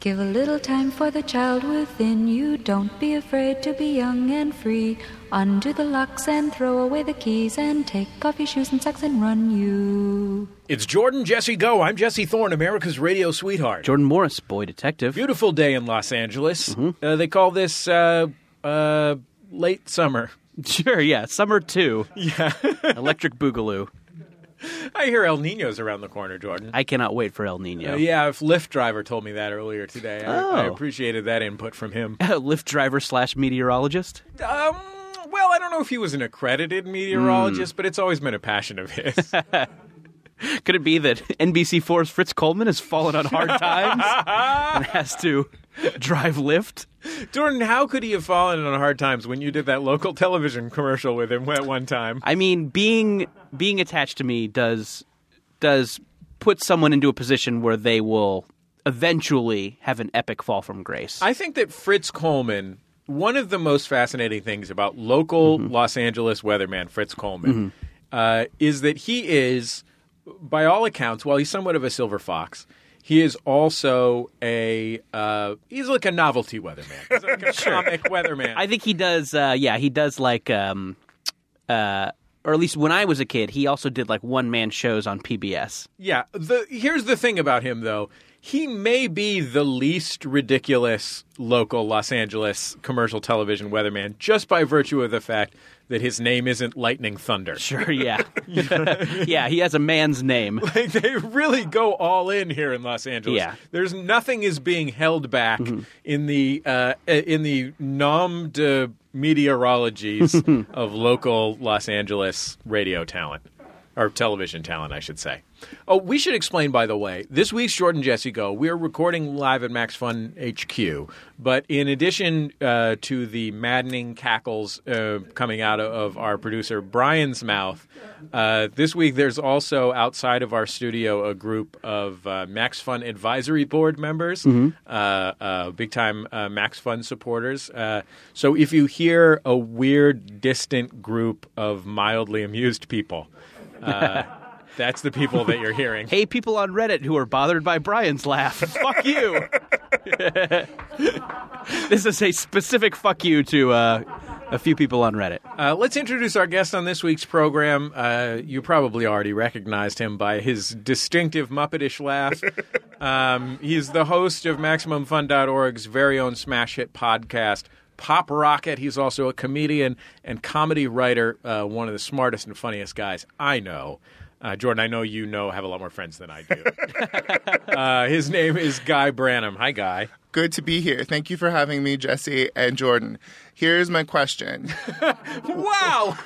Give a little time for the child within you. Don't be afraid to be young and free. Undo the locks and throw away the keys and take off your shoes and socks and run you. It's Jordan Jesse Go. I'm Jesse Thorne, America's radio sweetheart. Jordan Morris, boy detective. Beautiful day in Los Angeles. Mm-hmm. Uh, they call this uh, uh, late summer. Sure, yeah. Summer two. Yeah. Electric Boogaloo. I hear El Nino's around the corner, Jordan. I cannot wait for El Nino. Uh, yeah, if Lyft driver told me that earlier today. I, I Oh. appreciated that input from him. Lyft driver slash meteorologist. Um, well, I don't know if he was an accredited meteorologist, Hmm. but it's always been a passion of his. Could it be that NBC4's Fritz Coleman has fallen on hard times and has to drive Lyft? Jordan, how could he have fallen on hard times when you did that local television commercial with him at one time? I mean, being being attached to me does does put someone into a position where they will eventually have an epic fall from grace. I think that Fritz Coleman, one of the most fascinating things about local Mm-hmm. Los Angeles weatherman Fritz Coleman, uh, is that he is, by all accounts, while he's somewhat of a silver fox, he is also a uh, he's like a novelty weatherman, he's like a comic weatherman. I think he does. Uh, yeah, he does like, um, uh, or at least when I was a kid, he also did like one man shows on PBS. Yeah. The here's the thing about him though. He may be the least ridiculous local Los Angeles commercial television weatherman just by virtue of the fact that his name isn't Lightning Thunder. Sure, yeah, yeah. He has a man's name. Like they really go all in here in Los Angeles. Yeah. There's nothing is being held back in the uh, in the nom de meteorologies of local Los Angeles radio talent or television talent, I should say. Oh, we should explain, by the way, this week's Jordan Jesse Go. We're recording live at Max Fun HQ, but in addition uh, to the maddening cackles uh, coming out of- of our producer Brian's mouth, uh, this week there's also outside of our studio a group of uh, Max Fun advisory board members, uh, uh, big time uh, Max Fun supporters. Uh, so if you hear a weird, distant group of mildly amused people, uh, that's the people that you're hearing. Hey, people on Reddit who are bothered by Brian's laugh. Fuck you. this is a specific fuck you to uh, a few people on Reddit. Uh, let's introduce our guest on this week's program. Uh, you probably already recognized him by his distinctive Muppetish laugh. um, he's the host of MaximumFun.org's very own smash hit podcast, Pop Rocket. He's also a comedian and comedy writer, uh, one of the smartest and funniest guys I know. Uh, Jordan, I know you know have a lot more friends than I do. uh, his name is Guy Branham. Hi, Guy. Good to be here. Thank you for having me, Jesse and Jordan. Here's my question. Wow.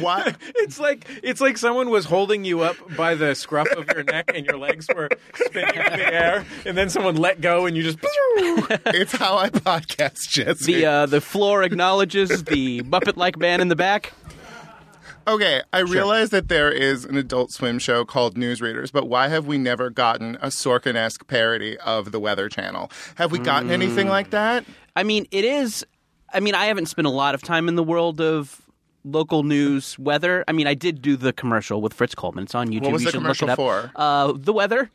Why It's like it's like someone was holding you up by the scruff of your neck and your legs were spinning in the air, and then someone let go and you just. it's how I podcast, Jesse. The uh, the floor acknowledges the Muppet like man in the back. okay, I realize that there is an adult swim show called Newsreaders, but why have we never gotten a Sorkin esque parody of the Weather Channel? Have we gotten anything Mm. like that? I mean, it is. I mean, I haven't spent a lot of time in the world of local news weather. I mean, I did do the commercial with Fritz Coleman. It's on YouTube. was you the should commercial look it for? up. Uh, the weather.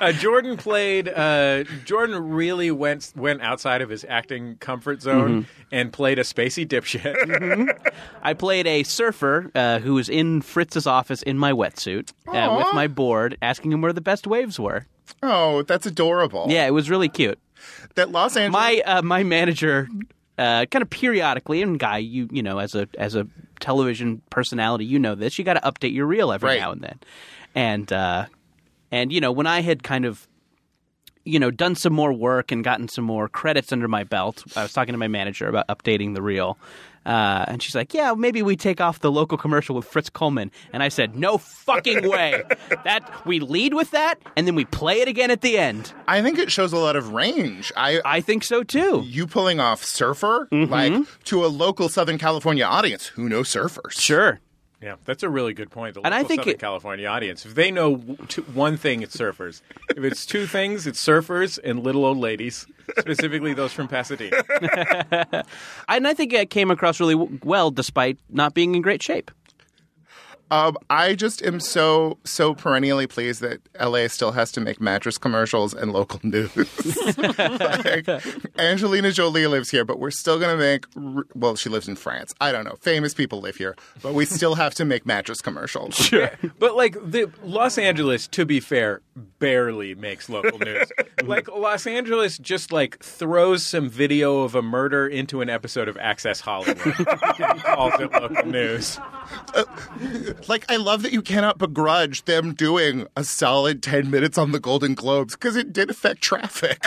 Uh, Jordan played. Uh, Jordan really went went outside of his acting comfort zone Mm-hmm. and played a spacey dipshit. I played a surfer uh, who was in Fritz's office in my wetsuit uh, Aw. with my board, asking him where the best waves were. Oh, that's adorable. Yeah, it was really cute. That Los Angeles My uh, my manager, uh, kind of periodically, and guy, you you know, as a as a television personality, you know this. You got to update your reel every Right. now and then, and uh, and you know when I had kind of you know done some more work and gotten some more credits under my belt, I was talking to my manager about updating the reel. Uh, and she's like, "Yeah, maybe we take off the local commercial with Fritz Coleman." And I said, "No fucking way! That we lead with that, and then we play it again at the end. I think it shows a lot of range. I, I think so too." you pulling off surfer, like Mm-hmm. to a local Southern California audience who knows surfers. Sure. yeah, that's a really good point. The And I local think Southern it- California audience, if they know w- two, one thing, it's surfers. if it's two things, it's surfers and little old ladies, specifically those from Pasadena. and I think it came across really w- well despite not being in great shape. Um, I just am so so perennially pleased that LA still has to make mattress commercials and local news. like, Angelina Jolie lives here, but we're still going to make. r- Well, she lives in France. I don't know. Famous people live here, but we still have to make mattress commercials. But like the Los Angeles, to be fair, barely makes local news. like Los Angeles just like throws some video of a murder into an episode of Access Hollywood. also local news. Like, I love that you cannot begrudge them doing a solid 10 minutes on the Golden Globes because it did affect traffic.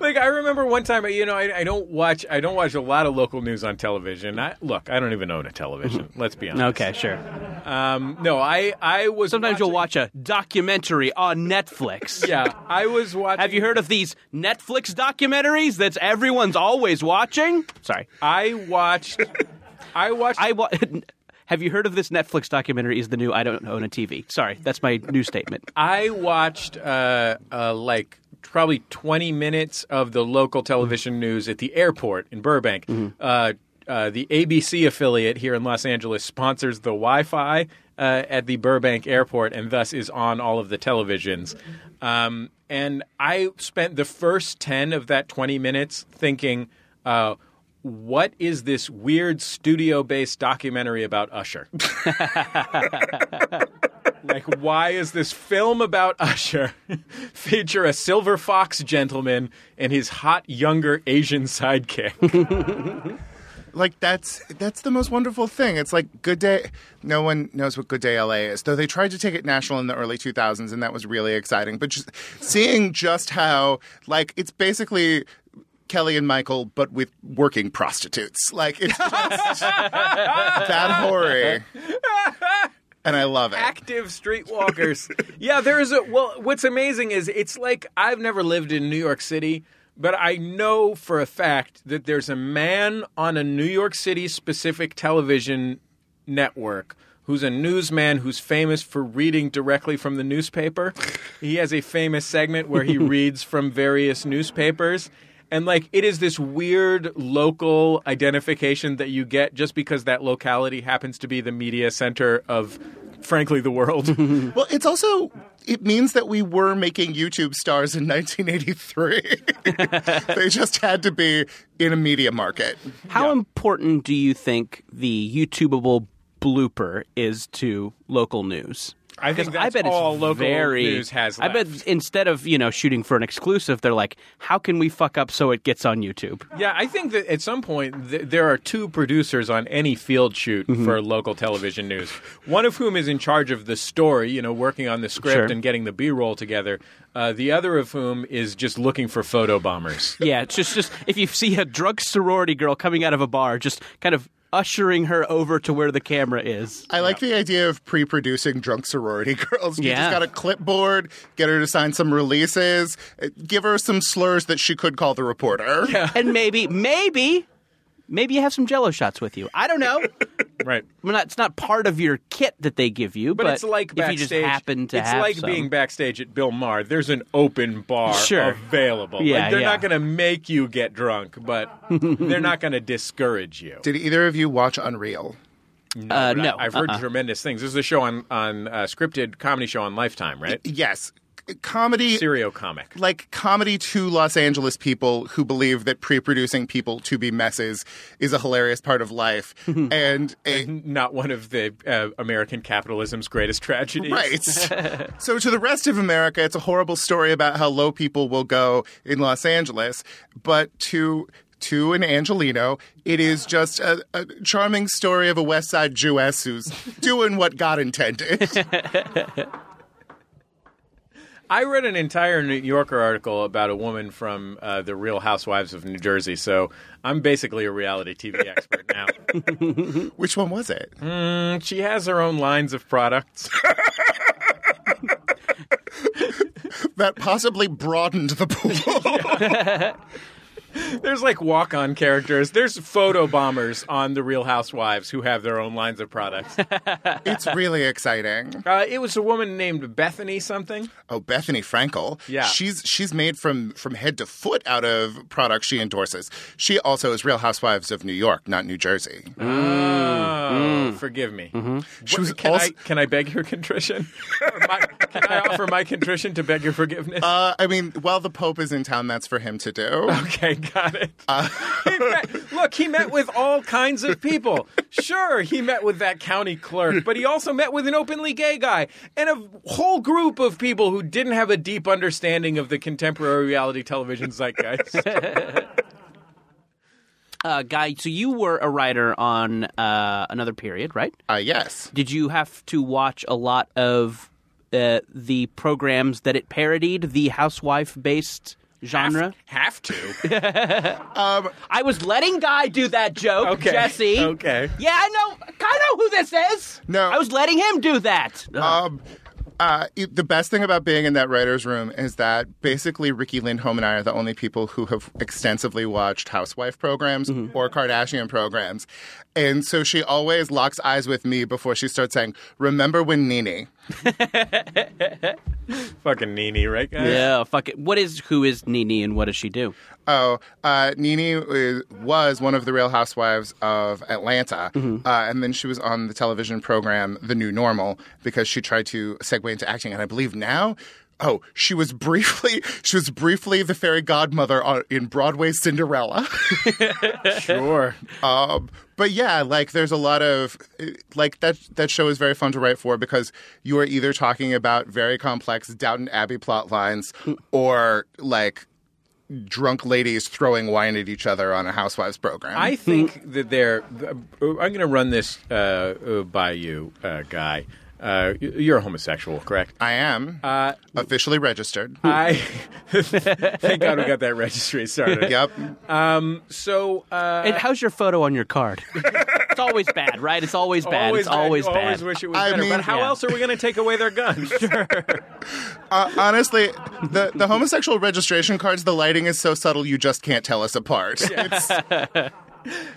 Like I remember one time, you know, I, I don't watch I don't watch a lot of local news on television. I, look, I don't even own a television. Let's be honest. Mm-hmm. Okay, sure. Um, no, I I was Sometimes you'll watching- watch a documentary on Netflix. Yeah, I was watching. Have you heard of these Netflix documentaries that everyone's always watching? Sorry. I watched. I watched. I wa- Have you heard of this Netflix documentary is the new I don't own a TV. Sorry, that's my new statement. I watched uh, uh, like probably 20 minutes of the local television news at the airport in Burbank. Uh, uh, the ABC affiliate here in Los Angeles sponsors the Wi Fi uh, at the Burbank airport and thus is on all of the televisions. Um, and I spent the first 10 of that 20 minutes thinking, uh, what is this weird studio based documentary about Usher? Like, why is this film about Usher feature a silver fox gentleman and his hot younger Asian sidekick? like that's that's the most wonderful thing. It's like Good Day. No one knows what Good Day LA is, though they tried to take it national in the early 2000s, and that was really exciting. But just seeing just how like it's basically. Kelly and Michael, but with working prostitutes. Like it's just that hoary, and I love it. Active streetwalkers. yeah, there is a. Well, what's amazing is it's like I've never lived in New York City, but I know for a fact that there's a man on a New York City specific television network. Who's a newsman who's famous for reading directly from the newspaper? He has a famous segment where he reads from various newspapers. And like it is this weird local identification that you get just because that locality happens to be the media center of frankly the world. Well, it's also it means that we were making YouTube stars in 1983. they just had to be in a media market. How important do you think the YouTubeable blooper is to local news? I think 'Cause that's bet it's all local very, news has I bet left. instead of you know shooting for an exclusive, they're like, how can we fuck up so it gets on YouTube? yeah, I think that at some point th- there are two producers on any field shoot Mm-hmm. for local television news. One of whom is in charge of the story, you know, working on the script Sure. and getting the B-roll together. Uh, the other of whom is just looking for photo bombers. Yeah, it's just just if you see a drug sorority girl coming out of a bar, just kind of ushering her over to where the camera is. I like the idea of pre-producing drunk sorority girls. You Yeah. just got a clipboard, get her to sign some releases, uh, give her some slurs that she could call the reporter. And maybe, maybe, maybe you have some Jello shots with you. I don't know. Right. Well, not, it's not part of your kit that they give you, but, But, it's like if backstage. you just happen to it's have like some. being backstage at Bill Maher. There's an open bar Sure. available. Yeah, Like, they're yeah. not going to make you get drunk, but they're not going to discourage you. Did either of you watch Unreal? uh, But I- no, I've heard tremendous things. This is a show on on uh, scripted comedy show on Lifetime, right? Yes. C- Comedy Serio comic. like comedy to Los Angeles people who believe that pre-producing people to be messes is a hilarious part of life and eh, a, Not one of the uh, American capitalism's greatest tragedies. Right. so to the rest of America, it's a horrible story about how low people will go in Los Angeles, but to to an Angelino, it is just a, a charming story of a West Side Jewess who's doing what God intended. I read an entire New Yorker article about a woman from uh, the Real Housewives of New Jersey, so I'm basically a reality TV expert now. Which one was it? And she has her own lines of products. That possibly broadened the pool. There's like walk on characters. There's photo bombers on The Real Housewives who have their own lines of products. It's really exciting. Uh, it was a woman named Bethany something. Oh, Bethany Frankel. Yeah. She's she's made from from head to foot out of products she endorses. She also is Real Housewives of New York, not New Jersey. Oh, forgive me. Mm, Mm-hmm. She was can, also I, can I beg your contrition? Or my, can I offer my contrition to beg your forgiveness? uh, I mean, while the Pope is in town, that's for him to do. Okay, got it. uh, He met- look, he met with all kinds of people. Sure, he met with that county clerk, but he also met with an openly gay guy and a whole group of people who didn't have a deep understanding of the contemporary reality television zeitgeist. Uh, Guy, so you were a writer on uh, another period, right? Uh, yes. Did you have to watch a lot of uh, the programs that it parodied, the housewife-based genre? Have to. I was letting Guy do that joke, Okay. Jesse. Okay. Yeah, I know. I know who this is. No. I was letting him do that. Um, uh, it- the best thing about being in that writer's room is that basically Ricky Lindholm and I are the only people who have extensively watched housewife programs or Kardashian programs. And so she always locks eyes with me before she starts saying, Remember when Nene? Fucking Nene, right, guys? yeah, fuck it. What is who is Nini and what does she do? Oh, uh, Nene is, was one of the Real Housewives of Atlanta. Uh, and then she was on the television program The New Normal because she tried to segue into acting. And I believe now. Oh, she was briefly she was briefly the fairy godmother on, in Broadway Cinderella. Sure. Um, but yeah, like there's a lot of uh, like that that show is very fun to write for because you are either talking about very complex Downton Abbey plot lines Hmm. or like drunk ladies throwing wine at each other on a housewives program. I think that they're. I'm going to run this uh, uh, by you, uh, Guy. Uh, y- you're a homosexual, correct? I am uh, officially registered. I thank God we got that registry started. yep. So uh, and how's your photo on your card? it's always bad, right? It's always bad. it's always You bad. Always wish it was I better. mean- but how Yeah. else are we going to take away their guns? Uh, honestly, the the homosexual registration cards, the lighting is so subtle you just can't tell us apart. It's-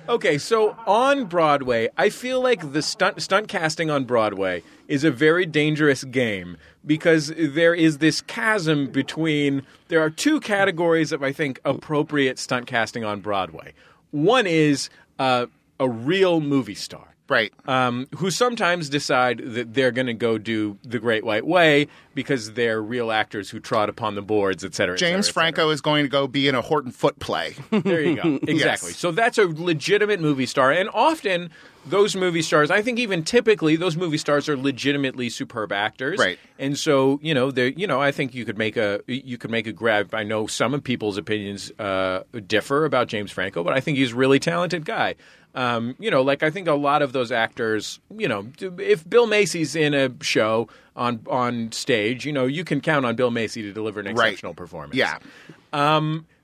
Okay, so on Broadway, I feel like the stunt stunt casting on Broadway is a very dangerous game because there is this chasm between there are two categories of I think appropriate stunt casting on Broadway. One is uh, a real movie star. right. um, who sometimes decide that they're going to go do the Great White Way because they're real actors who trod upon the boards, et cetera. et James cetera, et cetera. Franco is going to go be in a Horton Foot play. There you go. Exactly. Yes. So that's a legitimate movie star, and often those movie stars, I think, even typically, those movie stars are legitimately superb actors, Right. And so you know, they you know, I think you could make a you could make a grab. I know some of people's opinions uh, differ about James Franco, but I think he's a really talented guy. Um, you know, like I think a lot of those actors, you know, if Bill Macy's in a show on on stage, you know, you can count on Bill Macy to deliver an Right. exceptional performance. Yeah.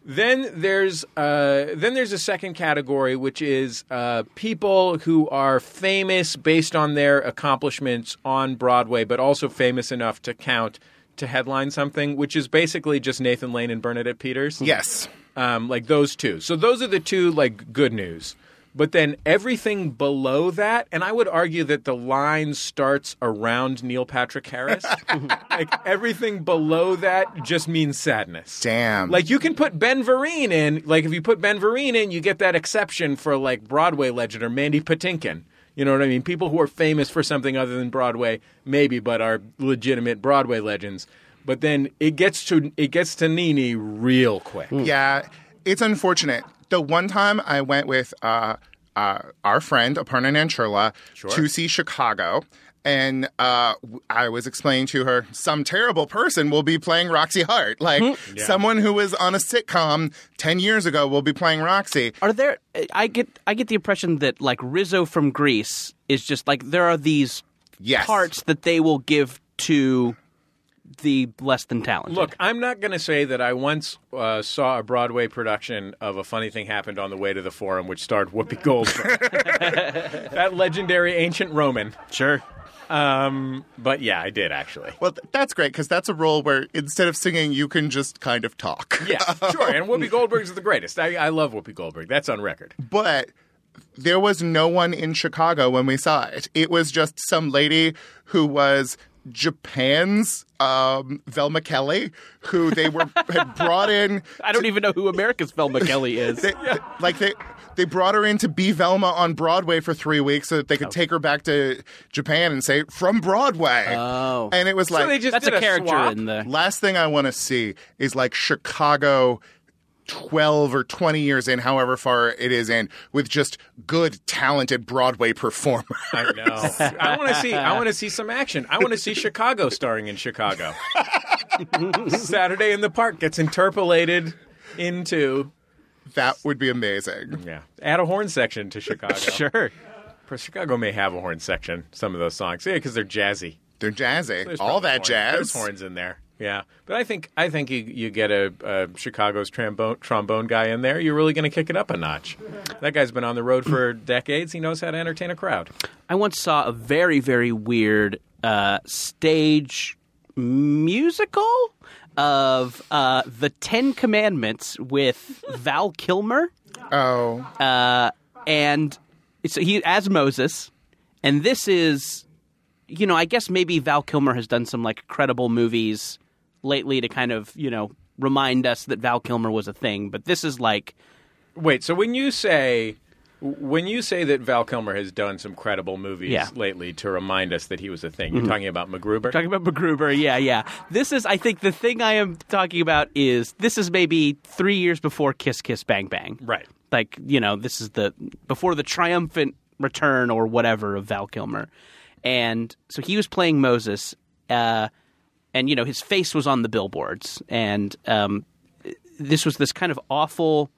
Then there's uh, then there's a second category, which is uh, people who are famous based on their accomplishments on Broadway, but also famous enough to count to headline something, which is basically just Nathan Lane and Bernadette Peters. Yes. um, like those two. So those are the two like good news. But then everything below that, and I would argue that the line starts around Neil Patrick Harris. like everything below that just means sadness. Damn. Like you can put Ben Vereen in. Like if you put Ben Vereen in, you get that exception for like Broadway legend or Mandy Patinkin. You know what I mean? People who are famous for something other than Broadway, maybe, but are legitimate Broadway legends. But then it gets to it gets to Nene real quick. Yeah, it's unfortunate. The one time I went with uh, uh, our friend Aparna Nancherla to see Chicago, and uh, w- I was explaining to her some terrible person will be playing Roxy Hart, like someone who was on a sitcom ten years ago will be playing Roxy. are there i get i get the impression that like rizzo from greece is just like there are these Yes. parts that they will give to the less than talented Look, I'm not going to say that I once uh, saw a Broadway production of A Funny Thing Happened on the Way to the Forum, which starred Whoopi Goldberg, that legendary ancient Roman. sure Um, but yeah, I did actually. Well, th- that's great because that's a role where instead of singing, you can just kind of talk. Yeah, sure. And Whoopi Goldberg's the greatest. I, I love Whoopi Goldberg. That's on record. But there was no one in Chicago when we saw it. It was just some lady who was Japan's um, Velma Kelly, who they were had brought in. I don't even know who America's Velma Kelly is. They, they- like they they brought her in to be Velma on Broadway for three weeks so that Oh. they could take her back to Japan and say from Broadway. Oh. and it was like so they just That's did a character swap. in the. Last thing I want to see is like Chicago 12 or 20 years in, however far it is in, with just good, talented Broadway performers. I know. I want to see. I want to see some action. I want to see Chicago starring in Chicago. Saturday in the Park gets interpolated into that would be amazing. yeah. Add a horn section to Chicago. Sure. Chicago may have a horn section. Some of those songs, yeah, because they're jazzy. They're jazzy. There's All probably that horns. There's jazz. horns in there. Yeah, but I think I think you, you get a, a Chicago's trombone trombone guy in there. You're really going to kick it up a notch. That guy's been on the road for decades. He knows how to entertain a crowd. I once saw a very, very weird uh, stage musical of uh, the Ten Commandments with Val Kilmer. Oh. and so he as Moses, and this is, you know, I guess maybe Val Kilmer has done some like credible movies lately to kind of you know remind us that Val Kilmer was a thing, but this is like Wait, so when you say when you say that Val Kilmer has done some credible movies Yeah. lately to remind us that he was a thing, you're talking about MacGruber. talking about MacGruber. Yeah, yeah. This is I think the thing I am talking about is this is maybe three years before Kiss Kiss Bang Bang. Right. like you know this is the before the triumphant return or whatever of Val Kilmer, and so he was playing Moses, uh, and you know his face was on the billboards, and um, this was this kind of awful,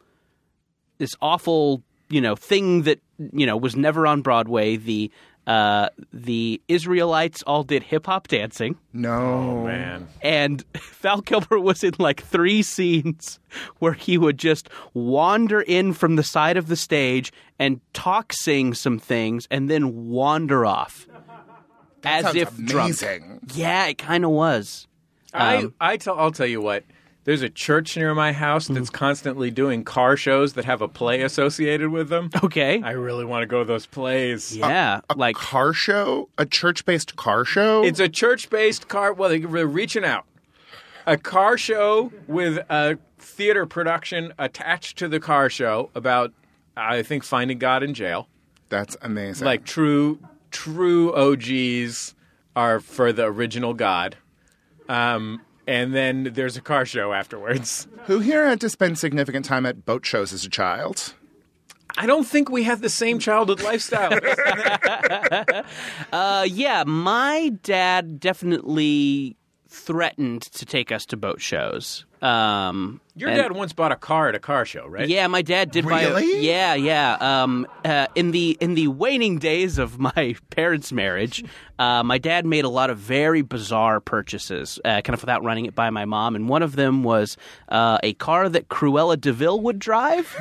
this awful you know thing that you know was never on Broadway. The uh, the Israelites all did hip hop dancing No. Man, and Val Kilmer was in like three scenes where he would just wander in from the side of the stage and talk, sing some things, and then wander off as Sounds if drunk. amazing. Yeah, it kind of was. I Um, I tell I'll tell you what. There's a church near my house that's constantly doing car shows that have a play associated with them. Okay. I really want to go to those plays. Oh. yeah, like Car show? A church based car show? It's a church-based car. Well, they're reaching out. A car show with a theater production attached to the car show about, I think, finding God in jail. That's amazing. like true true OGs are for the original God. Um, and then there's a car show afterwards. who here had to spend significant time at boat shows as a child? I don't think we have the same childhood lifestyle. uh, yeah, my dad definitely threatened to take us to boat shows. Um, Your and- dad once bought a car at a car show, right? Yeah, my dad did buy. a- Really? yeah, yeah. Um, uh, in the in the waning days of my parents' marriage, uh, my dad made a lot of very bizarre purchases, uh, kind of without running it by my mom. And one of them was uh, a car that Cruella Deville would drive,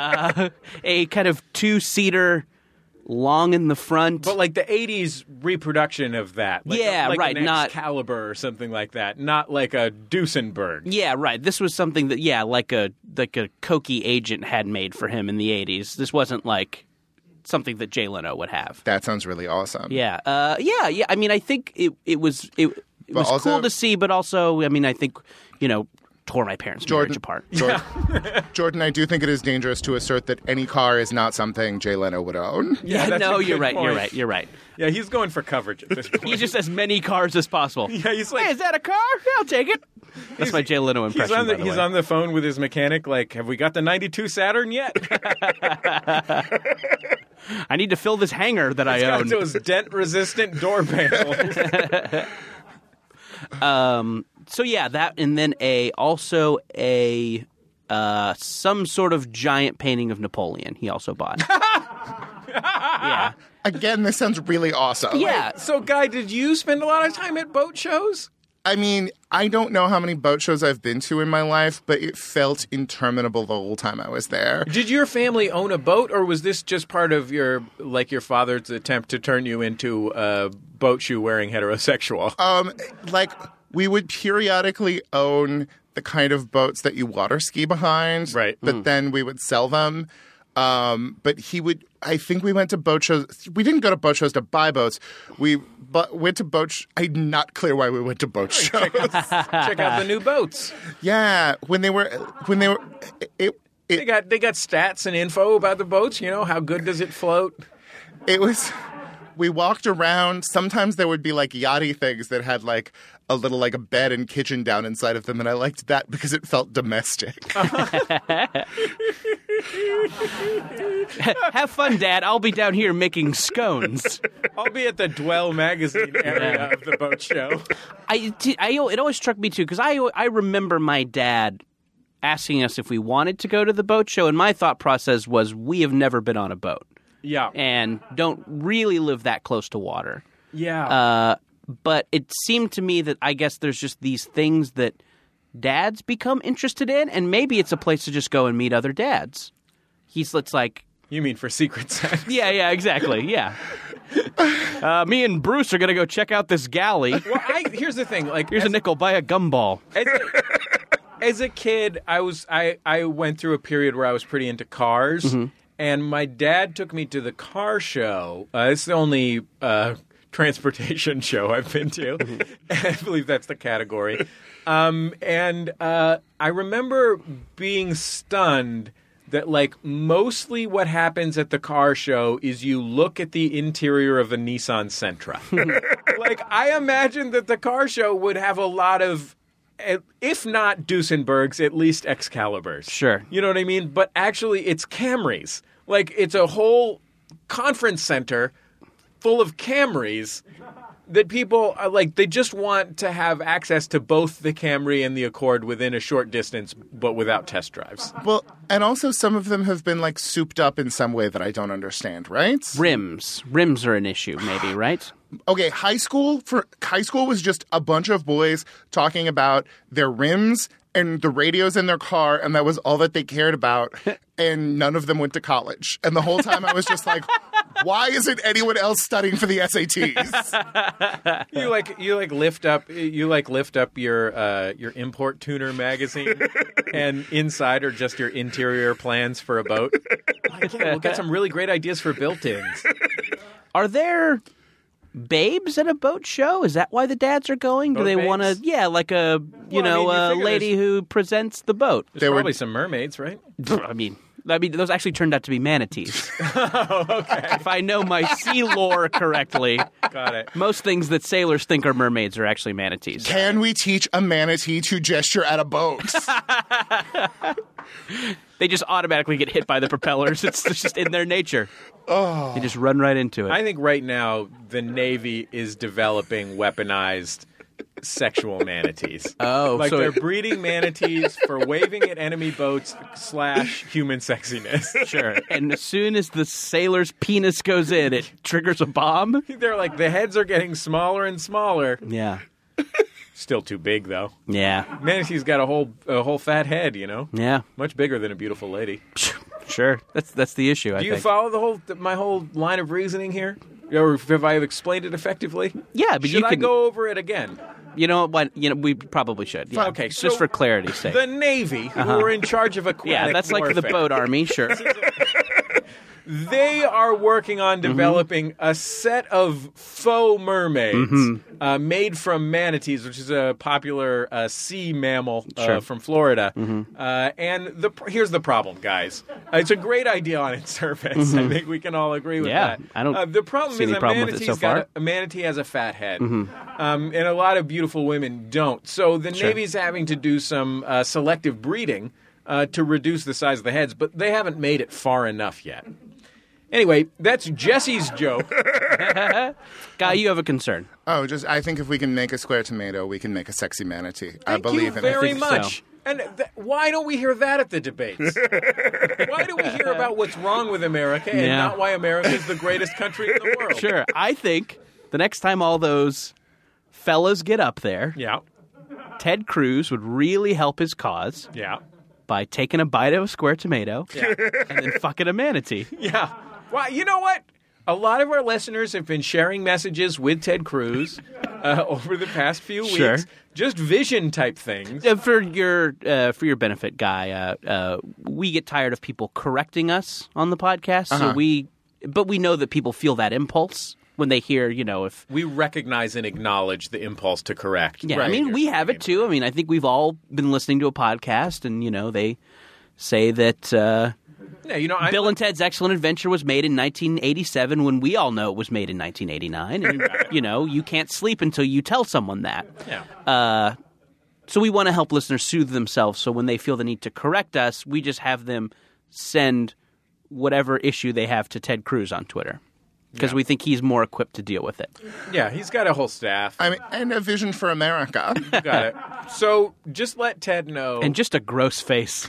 uh, a kind of two seater, long in the front. But like the '80s reproduction of that, like, Yeah, like right, an not- Excalibur or something like that, not like a Duesenberg. Yeah, right. This was something that yeah, like a like a cokey agent had made for him in the '80s. This wasn't like something that Jay Leno would have. That sounds really awesome. Yeah, uh, yeah, yeah. I mean, I think it it was it, it was also- cool to see, but also, I mean, I think you know tore my parents' Jordan- marriage apart. Jordan, Jordan, I do think it is dangerous to assert that any car is not something Jay Leno would own. Yeah, that's no, a you're good right. You're point. right. You're right. Yeah, he's going for coverage at this point. He just has many cars as possible. yeah, he's like hey, is that a car? Yeah, I'll take it. That's my Jay Leno impression. He's on the, by the he's way. on the phone with his mechanic. Like, have we got the '92 Saturn yet? I need to fill this hangar that I Got own. those dent-resistant door panels. so yeah, that and then a also a uh some sort of giant painting of Napoleon. He also bought. yeah. Again, this sounds really awesome. Yeah. so, guy, did you spend a lot of time at boat shows? I mean, I don't know how many boat shows I've been to in my life, but it felt interminable the whole time I was there. Did your family own a boat, or was this just part of your like your father's attempt to turn you into a boat shoe wearing heterosexual? Um, like we would periodically own the kind of boats that you water ski behind, Right. Mm. But then we would sell them. Um, but he would. I think we went to boat shows. We didn't go to boat shows to buy boats. We but went to boat. Sh- I'm not clear why we went to boat shows. Check out the new boats. yeah, when they were when they were it. They It, got they got stats and info about the boats. You know how good does it float? it was. We walked around. Sometimes there would be like yachty things that had like a little like a bed and kitchen down inside of them, and I liked that because it felt domestic. Have fun, Dad. I'll be down here making scones. I'll be at the Dwell magazine area Yeah. of the boat show. I, t- I- it always struck me too because I I remember my dad asking us if we wanted to go to the boat show, and my thought process was we have never been on a boat Yeah, and don't really live that close to water. yeah. Uh, but it seemed to me that I guess there's just these things that dads become interested in, and maybe it's a place to just go and meet other dads. He's it's like you mean for secret sex? yeah yeah exactly yeah. Uh, me and Bruce are gonna go check out this galley. Well, I, here's the thing. Like, Here's a as- nickel, buy a gumball. as, as a kid, I was I I went through a period where I was pretty into cars, and my dad took me to the car show. Uh, it's the only uh, transportation show I've been to. I believe that's the category. Um, and uh, I remember being stunned that like mostly what happens at the car show is you look at the interior of a Nissan Sentra. like I imagine that the car show would have a lot of eh, if not Duesenbergs, at least Excaliburs. Sure. You know what I mean? But actually it's Camrys. Like it's a whole conference center full of Camrys that people are like they just want to have access to both the Camry and the Accord within a short distance but without test drives. Well, and also some of them have been like souped up in some way that I don't understand, right? Rims. Rims are an issue, maybe, right? Okay, high school for high school was just a bunch of boys talking about their rims and the radios in their car and that was all that they cared about and none of them went to college. And the whole time I was just like, why isn't anyone else studying for the SATs? you like you like lift up you like lift up your uh, your import tuner magazine, and inside are just your interior plans for a boat. Like, yeah, we'll get some really great ideas for built-ins. Are there babes at a boat show? Is that why the dads are going? Do Boat they want to? babes? Yeah, like a you Well, I know mean, you a figure lady who presents the boat. There's were- probably some mermaids, right? I mean. I mean, those actually turned out to be manatees. Oh, okay. If I know my sea lore correctly, Got it. most things that sailors think are mermaids are actually manatees. Can we teach a manatee to gesture at a boat? They just automatically get hit by the propellers. It's just in their nature. Oh. They just run right into it. I think right now the Navy is developing weaponized sexual manatees. Oh, like so- they're breeding manatees for waving at enemy boats slash human sexiness. Sure. And as soon as the sailor's penis goes in, it triggers a bomb. They're like the heads are getting smaller and smaller. Yeah. Still too big though. Yeah. Manatee's got a whole a whole fat head, you know. Yeah. Much bigger than a beautiful lady. Sure. That's that's the issue. I Do you think. follow the whole my whole line of reasoning here, or have I explained it effectively? Yeah, but Should you I can- go over it again? you know what? You know we probably should. Yeah. Okay, so- Just for clarity's sake. The Navy, who are in charge of aquatic Uh-huh. yeah, that's like the warfare, boat army. Sure. They are working on developing a set of faux mermaids uh, made from manatees, which is a popular uh, sea mammal uh, Sure. from Florida. Uh, and the pr- here's the problem, guys. Uh, it's a great idea on its surface. I think we can all agree with Yeah, that. I don't Uh, the problem see is any a problem with it manatee's got so far. Mm-hmm. a- a manatee has a fat head, um, and a lot of beautiful women don't. So the Navy's having to do some uh, selective breeding uh, to reduce the size of the heads, but they haven't made it far enough yet. Anyway, that's Jesse's joke. Guy, you have a concern. oh, just I think if we can make a square tomato, we can make a sexy manatee. I Thank believe you in it. very think so. much. And th- why don't we hear that at the debates? why do we hear about what's wrong with America and Yeah. not why America is the greatest country in the world? Sure. I think the next time all those fellas get up there, Yeah. Ted Cruz would really help his cause Yeah. by taking a bite of a square tomato and then fucking a manatee. Yeah. Well, you know what? A lot of our listeners have been sharing messages with Ted Cruz uh, over the past few weeks. Sure. Just vision type things. Uh, for your uh, for your benefit, guy, uh, uh, we get tired of people correcting us on the podcast, so we but we know that people feel that impulse when they hear, you know, if We recognize and acknowledge the impulse to correct. yeah, I Right. mean, we have it too. I mean, I think we've all been listening to a podcast, and you know, they say that uh, Yeah, you know, I, Bill and Ted's Excellent Adventure was made in 1987, when we all know it was made in 1989. And, you know, you can't sleep until you tell someone that. yeah. Uh, So we want to help listeners soothe themselves. So when they feel the need to correct us, we just have them send whatever issue they have to Ted Cruz on Twitter because we think he's more equipped to deal with it. yeah, he's got a whole staff. I mean, and a vision for America. got it. So just let Ted know. And just a gross face.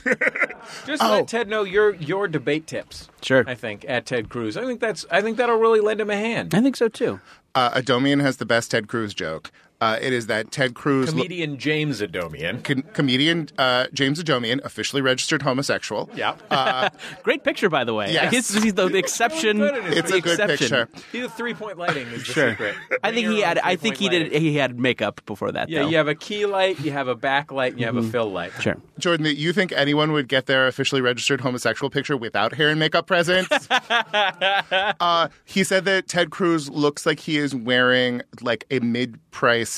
Just let Ted know your your debate tips. Sure. I think at Ted Cruz. I think that's I think that'll really lend him a hand. I think so too. uh, Adomian has the best Ted Cruz joke. Uh, it is that Ted Cruz. Comedian James Adomian. con- comedian uh, James Adomian, officially registered homosexual. Yeah. Great picture, by the way. Yes. He's, he's the, the exception. Good it is. It's The a good exception. picture. See, the three point lighting is the Sure. secret. I think Bring he your had. own I think he three-point did. lighting. He had makeup before that. Yeah, though. you have a key light, you have a back light, and you have a fill light. Mm-hmm. Sure. Jordan, that you think anyone would get their officially registered homosexual picture without hair and makeup presents? uh, he said that Ted Cruz looks like he is wearing like a mid-priced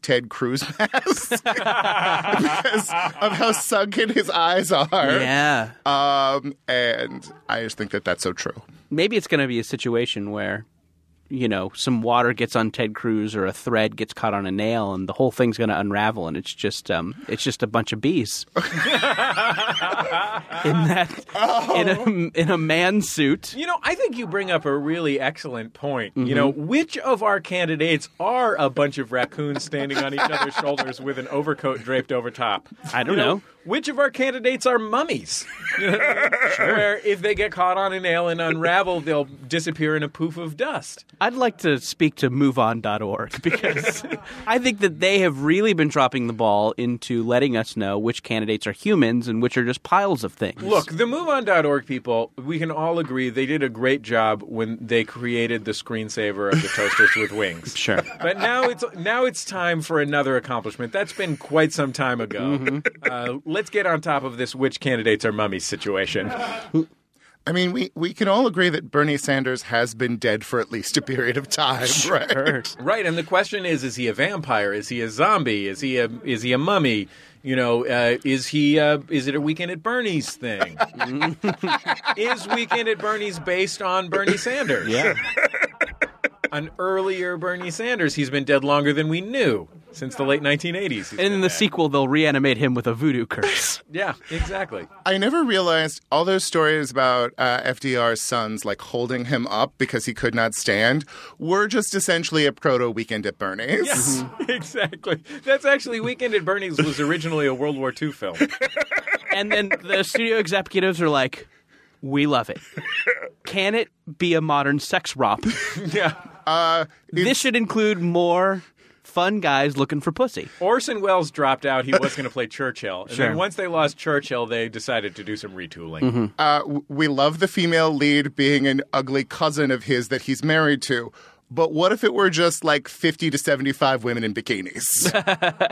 Ted Cruz mask because of how sunken his eyes are. Yeah. Um, and I just think that that's so true. maybe it's going to be a situation where you know some water gets on Ted Cruz or a thread gets caught on a nail and the whole thing's going to unravel and it's just um it's just a bunch of bees in that in a in a man suit You know, I think you bring up a really excellent point. You know, Mm-hmm. which of our candidates are a bunch of raccoons standing on each other's shoulders with an overcoat draped over top? I don't You know. Which of our candidates are mummies? Where if they get caught on a nail and unravel, they'll disappear in a poof of dust. I'd like to speak to moveon.org because I think that they have really been dropping the ball into letting us know which candidates are humans and which are just piles of things Look, the MoveOn.org people, we can all agree they did a great job when they created the screensaver of the toasters with wings. sure But now it's now it's time for another accomplishment. That's been quite some time ago. Uh, let's get on top of this which candidates are mummies situation. I mean, we, we can all agree that Bernie Sanders has been dead for at least a period of time, right? Right, and the question is: Is he a vampire? Is he a zombie? Is he a is he a mummy? You know, uh, is he uh, is it a Weekend at Bernie's thing? is Weekend at Bernie's based on Bernie Sanders? yeah An earlier Bernie Sanders. He's been dead longer than we knew since the late 1980s. he's and in been the dead. sequel they'll reanimate him with a voodoo curse yeah, exactly. I never realized all those stories about uh, FDR's sons like holding him up because he could not stand were just essentially a proto weekend at Bernie's. Yes, exactly. That's actually Weekend at Bernie's was originally a World War II film. and then the studio executives are like, "We love it. Can it be a modern sex romp? yeah. this should include more fun guys looking for pussy." Orson Welles dropped out. He was going to play Churchill. And Sure. Mm-hmm. then once they lost Churchill, they decided to do some retooling. Uh, w- we love the female lead being an ugly cousin of his that he's married to. But what if it were just like 50 to 75 women in bikinis?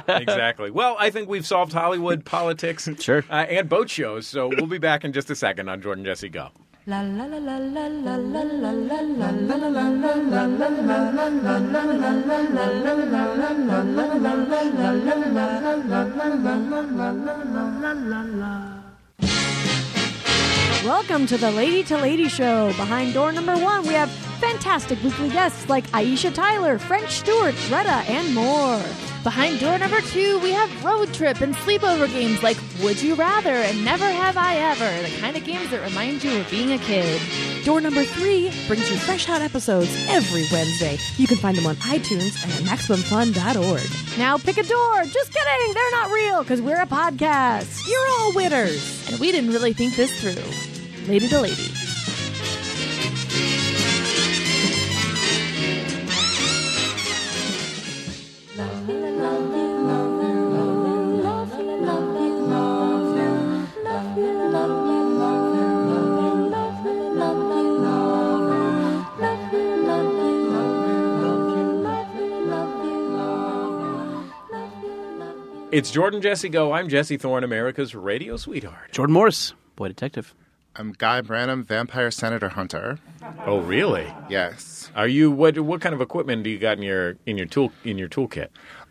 Exactly. Well, I think we've solved Hollywood politics Sure. uh, and boat shows. So we'll be back in just a second on Jordan Jesse Go. La la la la la la la la la Welcome to the Lady to Lady Show. Behind door number one, we have fantastic weekly guests like Aisha Tyler, French Stewart, Greta, and more. Behind door number two, we have road trip and sleepover games like Would You Rather and Never Have I Ever, the kind of games that remind you of being a kid. Door number three brings you fresh hot episodes every Wednesday. You can find them on iTunes and at MaximumFun.org. Now pick a door. Just kidding. They're not real because we're a podcast. You're all winners. And we didn't really think this through. Lady to lady. La It's Jordan Jesse Go. I'm Jesse Thorne, America's radio sweetheart. Jordan Morris, boy detective. I'm Um, Guy Branum, Vampire Senator Hunter. Oh, really? Yes. Are you what? What kind of equipment do you got in your in your tool in your toolkit?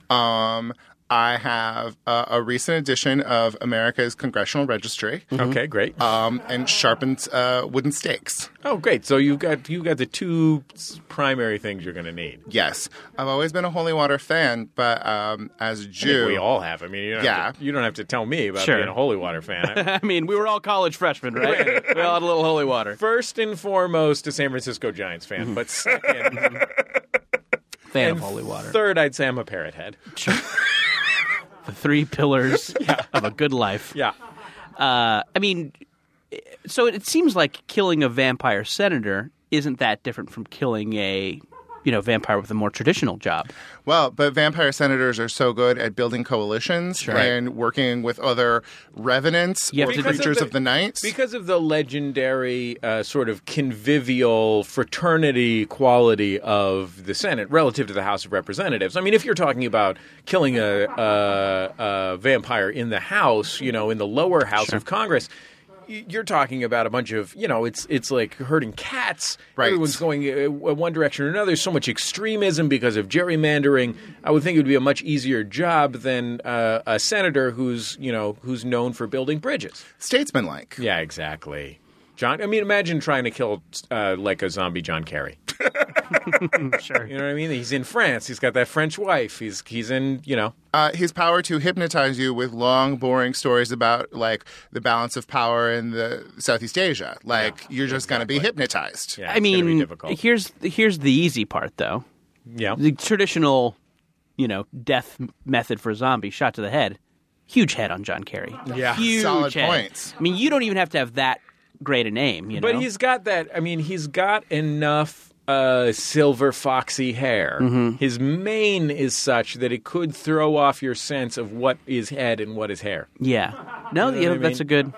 Um, I have uh, a recent edition of America's Congressional Registry Okay, great. um, and sharpened uh, wooden stakes. oh, great. So you got you got the two s- primary things you're going to need. Yes. I've always been a holy water fan, but um, as a I think Jew. We all have. I mean, you don't, have, Yeah. to, you don't have to tell me about Sure. being a holy water fan. I- I mean, we were all college freshmen, right? we all had a little holy water. First and foremost, a San Francisco Giants fan, but second, Fan of holy water. third, I'd say I'm a parrot head. the three pillars of a good life. Yeah. Uh, I mean, so it seems like killing a vampire senator isn't that different from killing a, you know, vampire with a more traditional job. Well, but vampire senators are so good at building coalitions and working with other revenants You have or to do- creatures of the, night. Because of the legendary uh, sort of convivial fraternity quality of the Senate relative to the House of Representatives. I mean, if you're talking about killing a, a, a vampire in the House, you know, in the lower house of Congress. y- You're talking about a bunch of, you know, it's it's like herding cats. Right. Everyone's going uh, w- one direction or another. There's so much extremism because of gerrymandering. I would think it would be a much easier job than uh, a senator who's, you know, who's known for building bridges. Statesmanlike. Yeah, exactly. John, I mean, imagine trying to kill uh, like a zombie John Kerry. Sure. You know what I mean? He's in France. He's got that French wife. He's he's in you know. uh, his power to hypnotize you with long, boring stories about like the balance of power in the Southeast Asia. Like you're just going to be hypnotized. Yeah, I it's gonna be mean, difficult. here's here's the easy part though. yeah, The traditional, you know, death method for a zombie shot to the head. Huge head on John Kerry. Yeah. Huge Solid head. points. I mean, you don't even have to have that great a name, you know. but he's got that. I mean, he's got enough uh, silver foxy hair. Mm-hmm. His mane is such that it could throw off your sense of what is head and what is hair. yeah. No, know yeah, what I that's mean? a good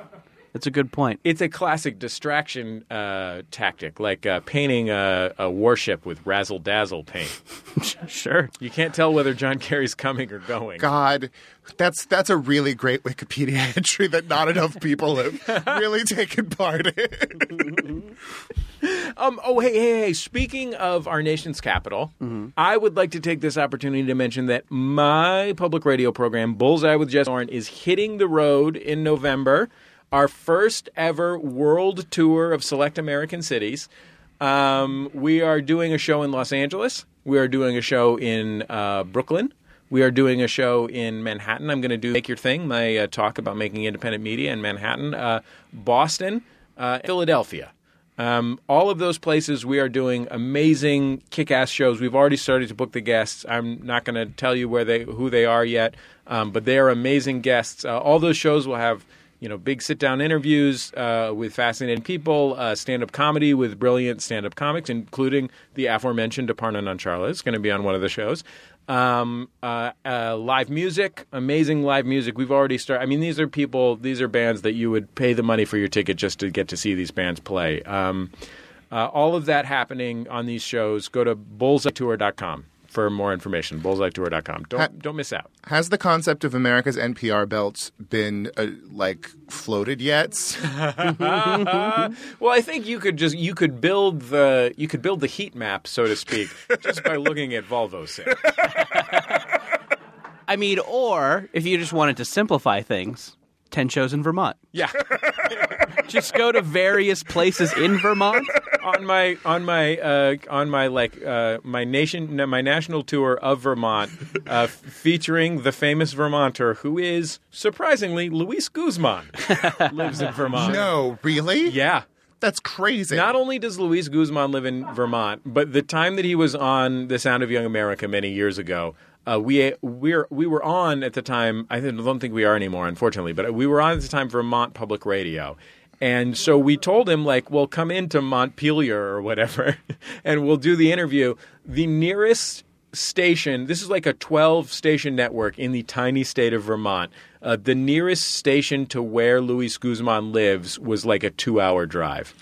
that's a good point. It's a classic distraction uh, tactic, like uh, painting a, a warship with razzle dazzle paint. sure. You can't tell whether John Kerry's coming or going. God, that's that's a really great Wikipedia entry that not enough people have really taken part in. Um, oh, hey, hey, hey. Speaking of our nation's capital, I would like to take this opportunity to mention that my public radio program, Bullseye with Jess Oren, is hitting the road in November. Our first ever world tour of select American cities. Um, we are doing a show in Los Angeles. We are doing a show in uh, Brooklyn. We are doing a show in Manhattan. I'm going to do Make Your Thing, my uh, talk about making independent media in Manhattan, uh, Boston, uh, Philadelphia. Um, all of those places, we are doing amazing kick-ass shows. We've already started to book the guests. I'm not going to tell you where they who they are yet, um, but they are amazing guests. Uh, all those shows will have you know big sit-down interviews uh, with fascinating people, uh, stand-up comedy with brilliant stand-up comics, including the aforementioned Aparna Nancharla is going to be on one of the shows. Um, uh, uh, live music, amazing live music. We've already started. I mean, these are people, these are bands that you would pay the money for your ticket just to get to see these bands play. Um, uh, all of that happening on these shows. Go to bullseyetour.com for more information. Bullseyetour.com. Don't don't miss out. Has the concept of America's NPR belt been uh, like floated yet? Well, I think you could just you could build the you could build the heat map, so to speak, just by looking at Volvo sales. I mean, or if you just wanted to simplify things, 10 shows in Vermont. Yeah. Just go to various places in Vermont. on my on my uh, on my like uh, my nation no, my national tour of Vermont, uh, f- featuring the famous Vermonter who is surprisingly Luis Guzman lives in Vermont. no, really? Yeah. That's crazy. Not only does Luis Guzman live in Vermont, but the time that he was on The Sound of Young America many years ago, uh, we we're, we were on at the time. I think- don't think we are anymore, unfortunately, but we were on at the time Vermont Public Radio. And so we told him, like, well, come into Montpelier or whatever, and we'll do the interview. The nearest station. This is like a 12 station network in the tiny state of Vermont. Uh, the nearest station to where Luis Guzman lives was like a two hour drive.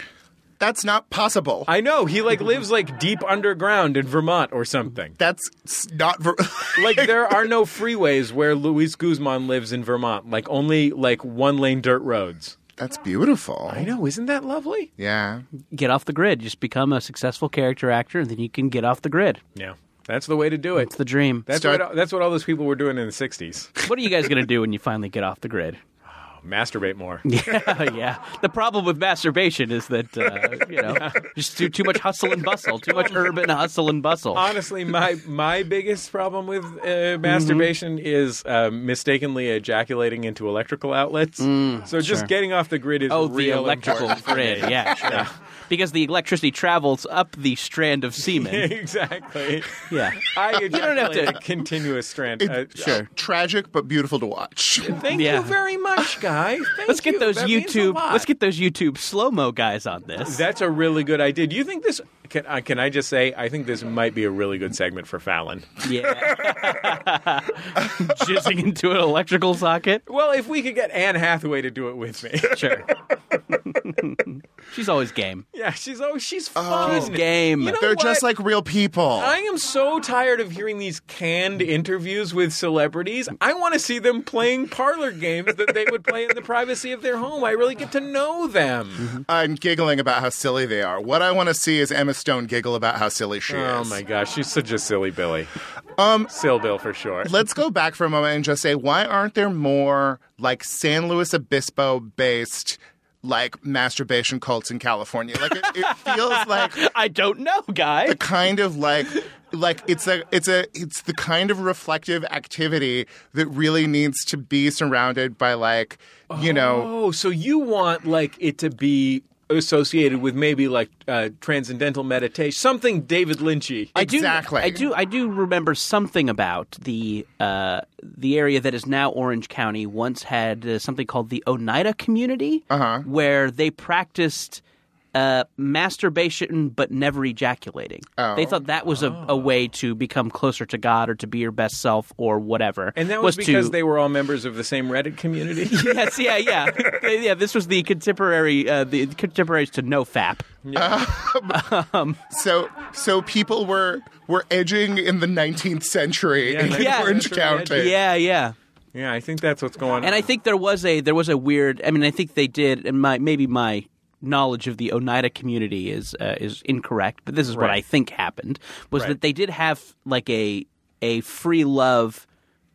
That's not possible. I know he like lives like deep underground in Vermont or something. That's s- not. Ver- Like there are no freeways where Luis Guzman lives in Vermont. Like only like one lane dirt roads. That's beautiful. I know, isn't that lovely? Yeah. Get off the grid. Just become a successful character actor, and then you can get off the grid. Yeah, that's the way to do it. It's the dream. That's Start- what that's what all those people were doing in the '60s. What are you guys going to do when you finally get off the grid? Masturbate more. Yeah, yeah. The problem with masturbation is that uh, you know just do too much hustle and bustle, too much urban hustle and bustle. Honestly, my my biggest problem with uh, Mm-hmm. masturbation is uh, mistakenly ejaculating into electrical outlets. so just getting off the grid is Mm, Oh, the real electrical important. grid. Yeah, sure. Because the electricity travels up the strand of semen. exactly. Yeah. I you don't have to- continuous strand. It- uh, sure. Tragic, but beautiful to watch. Thank Yeah. you very much, guys. Thank Let's get you. those That means a YouTube. lot. Let's get those YouTube slow mo guys on this. That's a really good idea. Do you think this? Can, uh, can I just say? I think this might be a really good segment for Fallon. yeah. Jizzing into an electrical socket. Well, if we could get Anne Hathaway to do it with me, Sure. She's always game. yeah, she's oh, she's fun. She's game. You know- They're just What? like real people. I am so tired of hearing these canned interviews with celebrities. I want to see them playing parlor games that they would play in the privacy of their home. I really get to know them. I'm giggling about how silly they are. What I want to see is Emma Stone giggle about how silly she Oh is. my gosh, she's such a silly Billy. Um, Sill Bill for sure. Let's go back for a moment and just say why aren't there more like San Luis Obispo based like masturbation cults in California? Like it, it feels like I don't know, guy. the kind of like like it's a it's a it's the kind of reflective activity that really needs to be surrounded by like you know Oh, so you want like it to be associated with maybe like uh, transcendental meditation, something David Lynchy. I do, Exactly. I do. I do remember something about the uh, the area that is now Orange County. Once had uh, something called the Oneida community, where they practiced uh, masturbation but never ejaculating. They thought that was a, a way to become closer to God or to be your best self or whatever. and that was, because to, they were all members of the same Reddit community. yes, yeah, yeah, Uh, yeah. This was the contemporary, uh, the contemporaries to NoFap. so so people were were edging in the 19th century Yeah, in yeah. Orange That's right. County Yeah, yeah. yeah, I think that's what's going on. And I think there was a there was a weird. I mean, I think they did, and my maybe my knowledge of the Oneida community is uh, is incorrect, but this is what Right. I think happened was Right. that they did have like a a free love